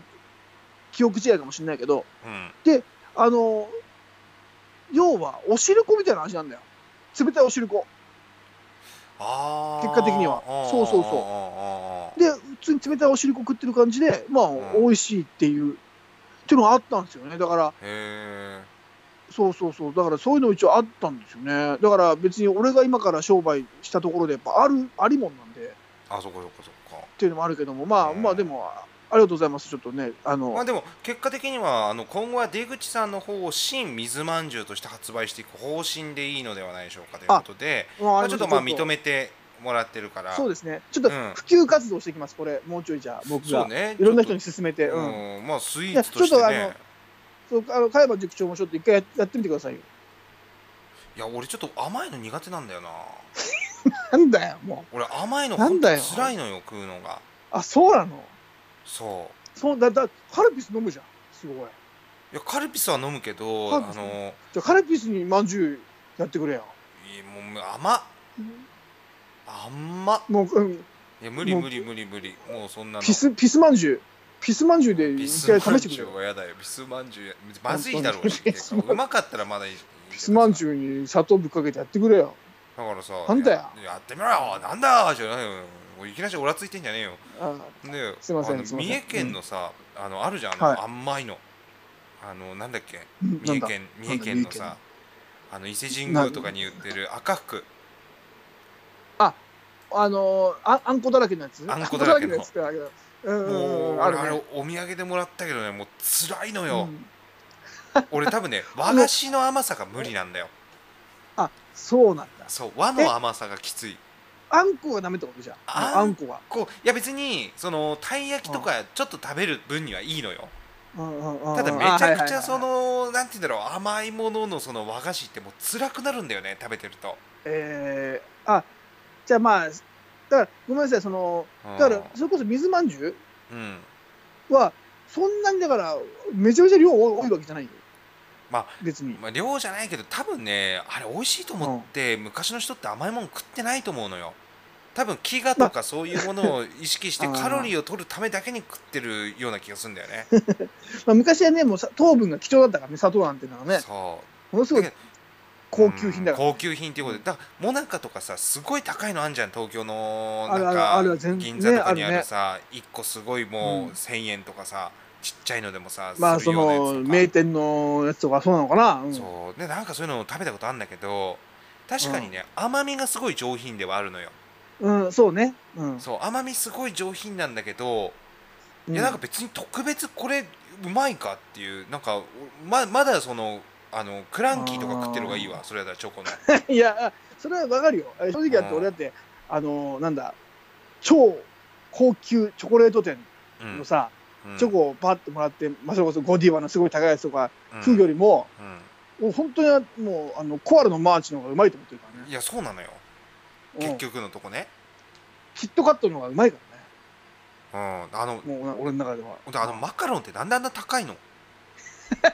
記憶違いかもしれないけど
うん
あの要はお汁粉みたいな味なんだよ冷たいお汁粉
結
結果的にはそうそうそうで普通に冷たいお汁粉食ってる感じでまあ
ん
美味しいっていう、っていうのがあったんですよねだから
へ
そうそうそうだからそういうの一応あったんですよねだから別に俺が今から商売したところでやっぱあるありもんなんでっ
ーあそこそこそこか
ていうのもあるけどもまあ、
うん
まあでもあありがとうございますちょっとねあの、
まあでも結果的にはあの今後は出口さんの方を新水まんじゅうとして発売していく方針でいいのではないでしょうかということで
ま
まあ、ちょっとまあ
ちょっ
認めてもらってるから
そうですねちょっと
うん
普及活動していきますこれもうちょいじゃあ僕
そう
が、
ね
いろんな人に
ち
勧めて、
ょっと
うん
うんまあスイーツとして
いやちょっ
ね
そうあの加山塾長もちょっと一回ややってみてくださいよ
いや俺ちょっと甘いの苦手なんだよな
なんだよもう
俺甘いの
なんだよ
つらいのよ食うのが
あそうなの
そう
そうだだカルピス飲むじゃんすごい
いやカルピスは飲むけど
カ
あ
ルピス
の
じゃあカルピスにまんじゅうやってくれよ。
いやもう甘っ甘っ
もう、うん、
いや無理
もう
無理無理無理もうそんなの
ピス、ピスまんじゅう。ピスまんじゅうで
ピ
一
ス
回
まん
試して
じ
く
ゅ
れよ
う。はやだよピスまんじゅうやまずいだろう
本当に
っていうかうまかったらまだいい
ピスまんじ
ゅう
ゅうに砂糖ぶっかけてやってくれよ。
だからさ
なんだよ
ややってみろよなんだじゃないよもういきなりオラついてんじゃねえよ
あ
です
いません
あの
すいません
三重県のさ、あのあるじゃんあの、
はい
甘いのあのなんだっけ
うんな
三重
んだ
県
んだ
三重県の
三重
さあの伊勢神宮とかに売ってる赤福
あのー、ああんこだらけのやつ
あんこだらけの
あんこだらけのやつか。うんうん
も
う。
うんあれ
ね
あれお土産でもらったけどねもう辛いの
う
よ、
ん
俺多分ね和菓子の甘さが無理なんだよ
あ、そうなんだ。
そう和の甘さがきつい
あんこがダメってことじゃん。
あん
あんこが。
こういや別にそのたい焼きとかちょっと食べる分にはいいのよ
うんうんうんうん
ただめちゃくちゃそ。
あはいはいはいは
の
い
なんて言うんだろう甘いもののその和菓子ってもう辛くなるんだよね食べてると
えー、あ、じゃあまあ、だから、ごめんなさい、その、
うん
だから、それこそ水まんじゅ
うん
うは、そんなにだから、めちゃめちゃ量多いわけじゃないよ。
まあ、
別に。
まあ、量じゃないけど多分ねあれ美味しいと思って、昔の人って甘いもん食ってないと思うのよ多分飢餓とかそういうものを意識して
あー
カロリーを取るためだけに食ってるような気がするんだよね
まあ、昔はね、もうさ糖分が貴重だったからね、砂糖なんていうのはね、
そう
ものすごい高級品だから。
うん高級品っていうことでだからモナカとかさすごい高いのあんじゃん東京の
ある
なん
あるあ
か
る全
銀座とかに
ね
あ
あるね
るさ1個すごいも
うん
う1000円とかさちっちゃいのでもさ
まあ、
す
そ
るようなやつと
の、
か
名店のやつとかそうなのかな。うん
そうでなんかそういうのを食べたことあるんだけど確かにね、甘みがすごい上品ではあるのよ
うん、そうね。うん。
そう甘みすごい上品なんだけど、
うん
いやなんか別に特別これうまいかっていうなんかままだそのあのクランキーとか食ってる方がいいわそれだったらチョコの
[laughs] いや、それはわかるよ。正直だって、
うん
俺だって、あの、なんだ、超高級チョコレート店
うん
のさ、
うん
チョコをパッともらって、まあ、それこそゴディバのすごい高いやつとか、
うん
食うよりも、
う
もう本当にもう、あの、コアラのマーチの方がうまいと思ってるから
ん
ね。
いやそうなのよ
う
結
ん
局のとこね、
キットカットの方がうまいか
うん、あの
らね。もうな、俺の中では。
であのマカロンってなんであんな高いの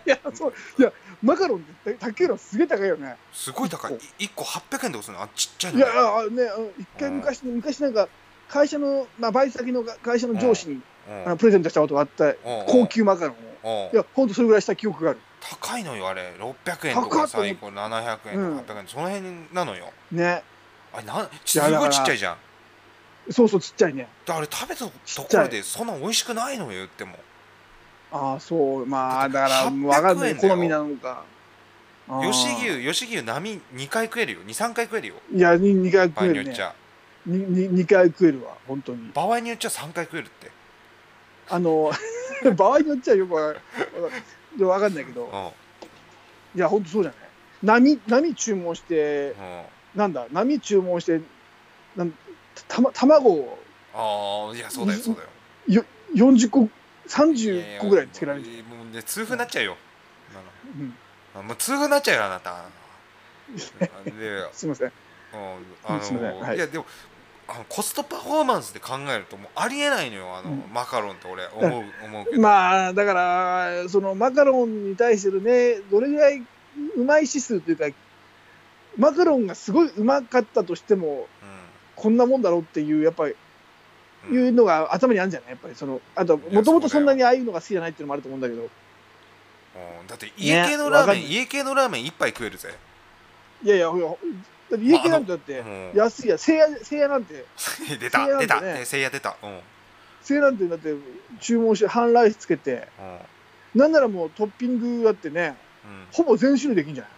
いや、そう、いや、マカロンって、高いのすげえ高いよね。
すごい高い
一
1個800円とかするのあちっちゃい
い
のね
や、あね、あの一回昔、昔なんか、会社の、まあ、バイト先の会社の上司に、
うん
あのプレゼントしたことがあった、
うん
高級マカロンを。
うん
いや、ほんとそれぐらいした記憶がある。
高いのよあれ600円とか最高700円とか800円、その辺なのよ
ね。
あれな
や
す
だ
ご
か
い
ら
ちっちゃいじゃん
そうそう、ちっちゃいね。
であれ食べたと
ちっち
こ
ゃい
ろでそんな美味しくないのよ言っても
ああ、そう、まあ、
だ
だ
っ
か
て
ら、もうわかんな
800円
い。
だよ
好みなのか。あー
吉。牛吉牛並2回食えるよ23回食えるよ
いや、に2回
場
食
合
え
に
る
よっ
ね
ち。ゃ、
にに二回食えるわ、本当に。
場合によっちゃ3回食えるって
あの、 [laughs] 場合によっちゃよくわかんわかんないけど
う、んうん
いや、本当そうじゃない。波、波注文して、なんだ、波注文して、なんたま卵を
ああいやそうだよそうだよ
40個、
い
30
や
個ぐらいつけられるじ
いやもうもうね痛風になっちゃうよ、
ゃん。うん、
あのもう痛風になっちゃうよあなたで、うん
すいません。
あの
[laughs] すいませんはい
いやでもあのコストパフォーマンスで考えるともうありえないのよあの、
うん
マカロンって俺思う思うけど、
まあだからそのマカロンに対するねどれぐらいうまい指数というかマカロンがすごいうまかったとしてもこんなもんだろうっていうやっぱり、
うん
いうのが頭にあるんじゃないやっぱりそのあと
いや
もともと
そ
そ
うんだよ
なにああいうのが好きじゃないっていうのもあると思うんだけど
うんうんだって家系のラー
わか
メ
ん
ン、
ない
家系のラーメン一杯食えるぜ、
いやいやほらだって家系なんてだって
うん、
安いやせいやせいやなんて
[laughs] 出
せいや
た
な
出
んて
た
ね
ねせいや出たうんうん
せいやなんてだって注文して半ライスつけてなんならもうトッピングだってね
うん
ほぼ全種類できるんじゃない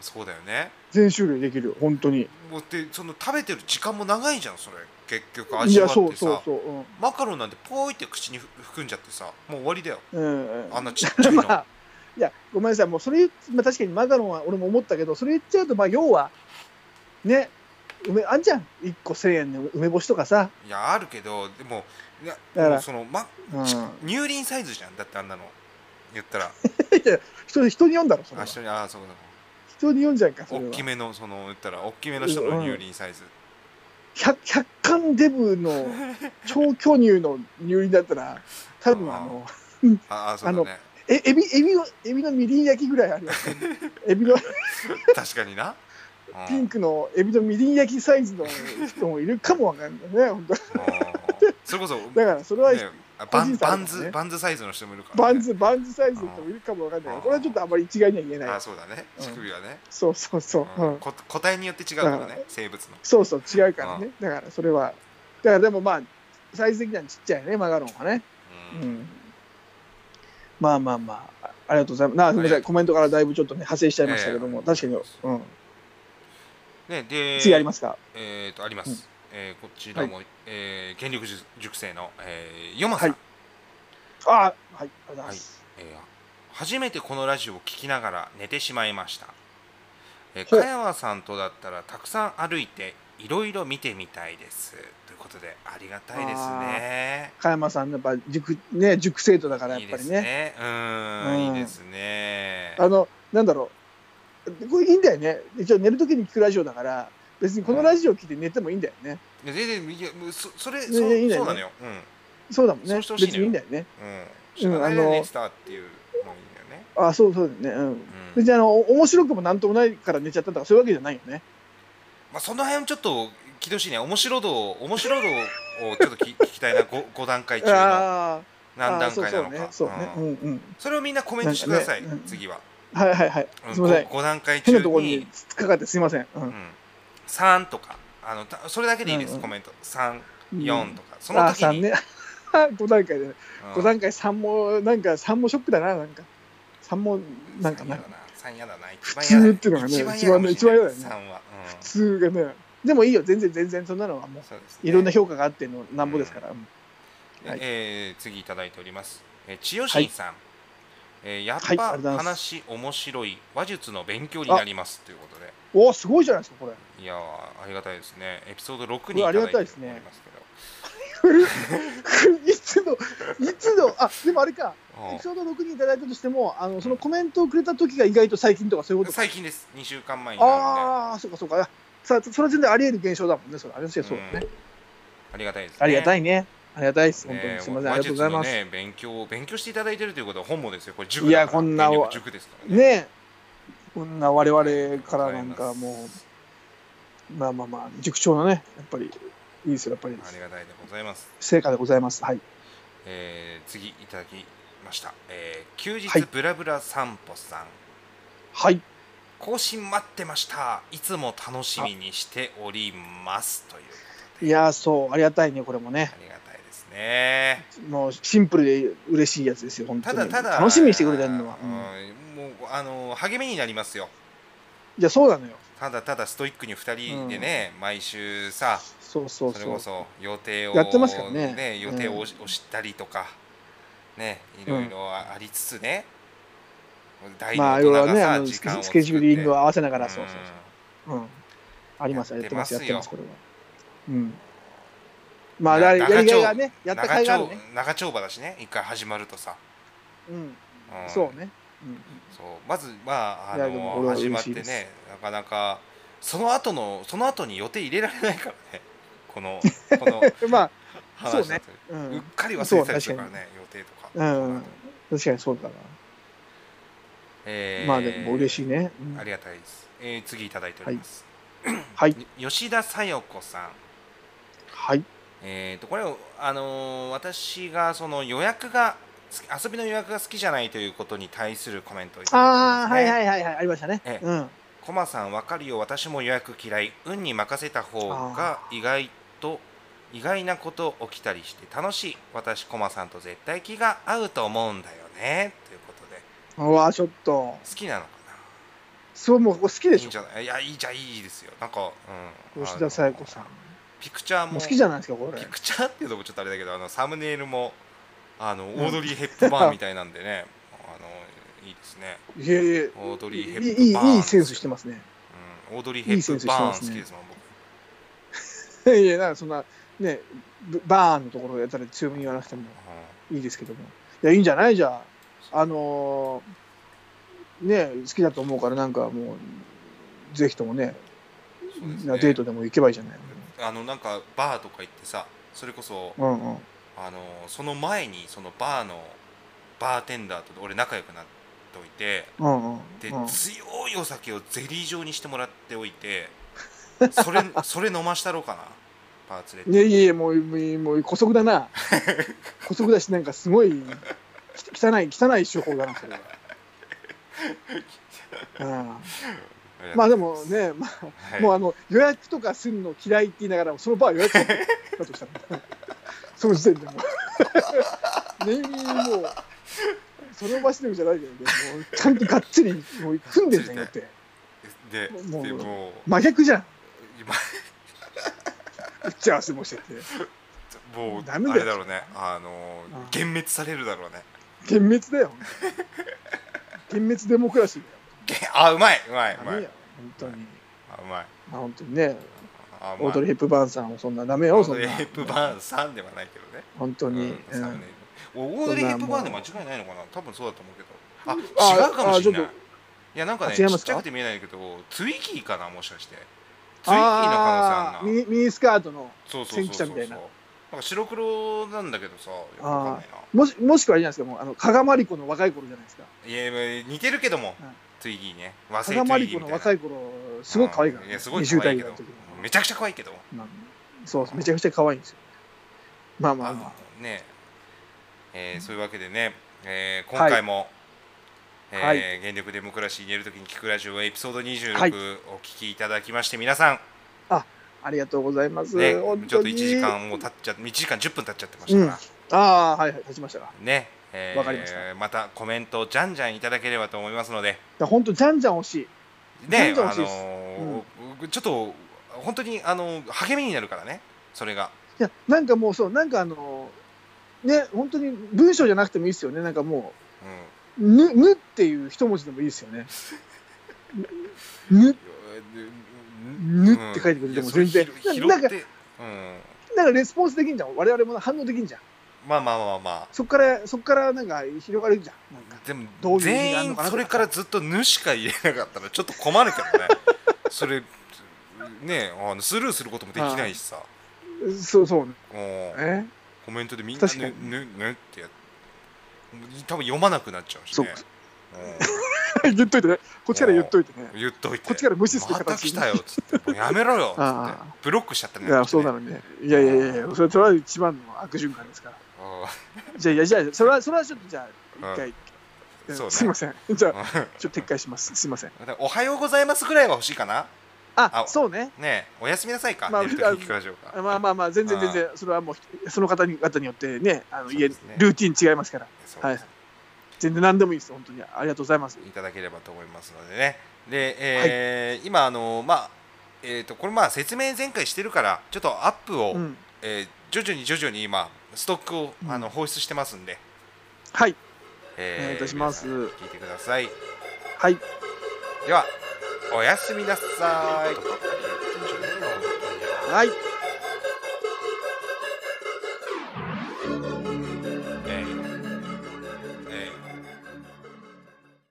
そうだよね
全種類できるよ本当に
もうでその食べてる時間も長いじゃんそれ結局
い
味わ
や
って
そう
さ
そうそう、うん
マカロンなんてポーイって口にふ含んじゃってさもう終わりだよ
うんうん
あんなちっちゃいの、
[laughs] まあ、いや、ごめんなさい、もうそれ言っ、まあ、確かにマカロンは俺も思ったけど、それ言っちゃうと、まあ、要は、ね、梅、あんじゃん、1個1000円の梅干しとかさ、
いやあるけどでもいや
だから
もうその、ま、
うん、
ち乳輪サイズじゃんだってあんなの言ったら
人人に読んだろ、それ
あ
は。
人にあそう
人に読んじゃんか、
そ
そ
大
うれは
き。めのその言ったら大きめの人の乳輪サイズ、
100, 100巻デブの超巨乳の入院だったら、多分あの、
ああそうだね
えエビ、エビの、エビのみりん焼きぐらいあります、
[laughs]
エビの、
確かにな、うん
ピンクのエビのみりん焼きサイズの人もいるかもわかんないね、本当
うんそれ
[laughs]
こそ
だから、それは
ねあバン
個人差
バ
あるからね
ンズバンズサイズの人もいるから、ね、
バンズ、バンズサイズの人もいるかもわかんないけど。これはちょっとあまり一概には言えな
あ
い。
そうだね
うん
乳首はね、
そうそうそう。う
うん
ん、
こ個体によって違うからね生物の
そうそう、違うからね。だからそれは。だからでもまあ、サイズ的にはちっちゃいね、マカロンはね。
う、
うんん。まあまあまあ、あありがとうございます。なあ、すみません、コメントからだいぶちょっとね、派生しちゃいましたけども、
ええ
確かに、うん。
ねで
次ありますか。
えー、とあります、
うん
えーこちらも、えー、原力熟成の、えー、ヨマさん、
はいああ、はい、ありがとうございます。
えー初めてこのラジオを聞きながら寝てしまいました、えー、
ほう
加山さんとだったらたくさん歩いていろいろ見てみたいですということでありがたいですね
加山さん、やっぱ塾、ね、塾生徒だから、
い
や
い
っぱ
で
り
す
ね。
ねうーん
うん
いいですね
あの、なんだろう。これいいんだよね。一応寝るときに聞くラジオだから、別にこのラジオ聞いて寝てもいいんだよね。
いや全然いやもうそそれ
い
そ
やいやいいんだ
そうな
よね
のよ
そうだもんね。
そうして
別
ほしいのよ
にいいんだよね。
うんうん知
うん
らな
あ
い
の
で寝てたっていうのもいいんだよね
あそうそうだよね。うん。
うん
別にあの、面白くもなんともないから寝ちゃったとかそういうわけじゃないよね。
まあその辺ちょっと気どしいね面白度を面白度をちょっとき聞きたいな 5, 五段階中の
ああ
何
ああ、
段
そう
階
そ
なの
うね
か。
そうね。う
うんん
うん。
それをみんなコメントしてください、
なんかねうん
次は、
はいはいはい。
うん、
すみません。
5, 段階中
変
に
なところに突っかかってすみません。う
うん
ん。
3とかあのたそれだけでいいです、
うんうん
コメント34
うん
とか、そ
あ
の
あ、
時に
三ね。5段階で。
うん
5段階3も、なんか3もショックだな、なんか。3も、なんか
三嫌
な
だ。な三嫌だな一
普通っていうのがね一番嫌だよね
3は、うん
普通がね。でもいいよ、全然全然そんなのはもう。
そうですね
いろんな評価があってのなんぼですから。うんはい
えー次いただいております、えー、千代新さん、えーやっ
は
ぱ
いありがとうございま
話面白い話術の勉強になりますということで
おお、すごいじゃないですか、これ。
いやーありがたいですねエピソード6
こ
にい
れ
た
あり
だ
が
いて
た
お
い
り
ですね
ますけ
[laughs] いつの、いつの、あ、でもあれか、
ど
エピソード6にいただいたとしても、あの、そのコメントをくれた時が意外と最近とかそういう
うん
ことか。
最近です2週間前になるんで
ああ、そうかそうか。さあ、それは全然あり得る現象だもんね、それ。あれですよ、そうだね
ん。ありがたいですね
ありがたいね。ありがたいです、本当
ね
に。すみません、ありがとうございま
話
す。
術のね、勉強勉強していただいてるということは本望ですよこれ塾
い
だから
やこんな
電力塾ですから
ねえ、こんな我々からなんかもう、まあまあまあ、塾長のね、やっぱり、いいですよ、やっぱり。
ありがたいでございます、
成果でございます。はい。
えー次いただきました、えー休日
はい
ブラブラ散歩さん、
はい。
更新待ってましたいつも楽しみにしておりますという
いやー、そう、ありがたいね、これもね
あ。りがたいですね
もう、シンプルで嬉しいやつですよ、本当
た
に。
だただ
楽しみにしてくれてるのは。
う
うん
んもうあの励みになりますよ
いや、そうなのよ。
ただただストイックに2人でね、毎週さ
そうそう
それ
そ
こ
う。
そ予定を
やってますからね
予定を
うん
押し押したりとかねいろいろありつつね、大
ま
の
あ、
大
要
人
は
が
ね、
さ
あの
時
スケ
間を
スケジューリングを
は
合わせながら、そうそうそう。うん。あります、
やっ
やってて
ま
ますす、
よ
やってます、これは。うん。まあ、
な
やりやりがいがね、やった甲
長
斐があ
丁
るね。
長丁場だしね一回始まるとさ、
うん。
うん
そうね。うん
そうまずまああ
いやでもこ
の
れは
始まっ
嬉していです
ねなかなかその後のその後に予定入れられないからねこ
[laughs]
のこの
ま
話だと
そうねあ、う
うっ
ん、
かり忘れてたりするからね予定とか、
うん確かにそうだな。
えー
まあでも嬉しいね。うん
ありがたいです。えー次いただいております。
はい、
よ吉田さよ子さん。
はい、
えー、とこれを、あのー私がその予約が好き遊びの予約が好きじゃないということに対するコメントをいただ
あ
い
あ、
ており
はい
ますね。
はいはいはい、ありましたね。
ええ
うん、
コマさんわかるよ私も予約嫌い運に任せた方が意外と意外なこと起きたりして楽しい私コマさんと絶対気が合うと思うんだよねということで
うわ、ちょっと、
好きなのかな
そう、もうここ好きで
いい
し
んじゃないいやいいじゃんいいですよなんか、う
ょ、
ん、
吉田紗友子さん。
ピクチャー
も
も
う好きじゃないですか、これ
ピ。クチャーっていうのもちょっとあれだけどあのサムネイルもあのオードリー・ヘップバーンみたいなんでねあのいいですね、
いやいや、
オードリーヘッ
いい
プバーン
いいセンスしてますね。
うん、オードリー・ヘップバーン好きですもん
いやいや、なんかそんな、ね、ブバーンのところやったら強めに言わなくても
僕、
いいですけども。いや、いいんじゃないじゃあ、あのーね、好きだと思うから、なんかもう、ぜひともね、
うんそうです
な
ね、
デートでも行けばいいじゃない。
あのなんかバーとか行ってさそれこそ
うんうん。
あのその前にそのバーのバーテンダーと俺仲良くなっておいて
うんうん。
で、
うん
強いお酒をゼリー状にしてもらっておいてそ
[laughs]
れそれ飲ましたろうかなバーツレッ
いやいやいや、もう、もう、もう、古速だな。古速だし、なんかすごい、き汚い、汚い手法だな、それは。うん、まあでもね、まあ、
はい
もうあの、予約とかするの嫌いって言いながらも、その場は予約だとした
[laughs]
ら、その時点でもう、ネイミーもう、その場しのぎじゃないけどね、もう、ちゃんとがっつり、もう、組んでるじゃん、だって。
で
もう
でもう
真逆じゃん、
今
打ち合わせもしてて。
もう
ダ
あ
メだよ
れだろうねあの
うん
幻滅されるだろうね
幻滅だよ、本当に幻滅デモクラシーだよ。
げあうまいうまいう
ダ
ま
メ
い
よ、本当に。
あうまい
まあ、本当にね、
あう
オ
まい
ードリー・ヘップバーンさんをそんなダメ
オ
よ、
ー
そ
ド
ん
リ
な
ー。ヘップバーンさんではないけどね
本当に。
うんサムネイルオードリー・ヘップバーンで間違いないのかな多分そうだと思うけどあ
あ
違うかもしれな
あちょ
い
っと
いやなんかね
あ
ち
違い
っ
ますか
ちゃくて見えないけどツイキーかなもしかしてツイッギーの可能性あんな
ミニミニスカートの
そうそうそうそう
戦記者みたいな
なんか白黒なんだけどさよくわかんないな
もしもしくはあれじゃないですかもうあの加賀まりこの若い頃じゃないですか
いやまあ似てるけども、
うん
ツイギーね和
加
製ツイ
賀まり
ギー
こ
み
の
たいな
若い頃すごく可愛いか
う
ら、
ん
ね、
いやすごい可愛いけど
の時
めちゃくちゃ可愛いけど
なんそうそうめちゃくちゃ可愛いんですよまあまあ
あ
まあ
のねえーそういうわけでね、えー今回も、
は
えー原力デモクラシー」「寝るときに聞くラジオ」エピソード26お聞きいただきまして、皆さん、
ありがとうございます、
ね、ちょ
本
っ
当
と
に
1時間もう経っちゃって1時間10分経っちゃってましたから、
ああはいはい経ちましたが
ね、えー
わかりました
またコメントをじゃんじゃんいただければと思いますので
だ本当じゃんじゃん欲しい
ね
全然
あ
欲しい
の
です
ーちょっと本当にあの励みになるからねそれが
いやなんかもうそうなんかあのね本当に文章じゃなくてもいいですよねなんかも
う
う「ぬ」ぬっていう一文字でもいいですよね [laughs] 「ぬ」
ん
ぬって書いてくれても全然
いやそれ拾
な
拾
んか
ってうん
なんかレスポンスできんじゃん我々も反応できんじゃん
まあまあまあま
そっからそっからなんか広がるじゃんなん
あ
か
でも
どういう意味があ
全
るの
員
かな
それからずっと「ぬ」しか入れなかったらちょっと困るけどね [laughs] それねあのスルーすることもできないしさ
そうそうね
うん
え
コメントでみんな
確か
ぬ
に
ぬぬってやっ多分読まなくなっちゃうしね
[laughs] 言っといてねこっちから言っといてね
うん言っといて
こっちから無視する
また
形
来
に
たよっつってもうやめろよっつっ
あ
てブロックしちゃったね
いやそうな
の
のねいやいやいやいやそれそれは一番の悪循環ですからじゃあいやじゃあそれはそれはちょっとじゃあ一回、
そうね
すいません [laughs] じゃあ
うん
ちょっと撤回しますすいません
[laughs] だからおはようございますぐらいは欲しいかな
あ
あ
そうね
ねえおやすみなさいか
まあ
寝るときに聞くラジオか
まあまあまあ全然
うん
全然それはもうその方に方によってねあ
そ
の
う
家
ですね
ルーティン違いますから
そうです
全然何でもいいです本当にありがとうございます
いただければと思いますのでねで、えー今あのまあえっ、とこれまあ説明前回してるからちょっとアップを、
うん
えー徐々に徐々に今ストックを、
うん
あの放出してますんで、
はい
え
お願いいたします
皆さん聞いてください
はい
ではおやすみなさい
い。
はい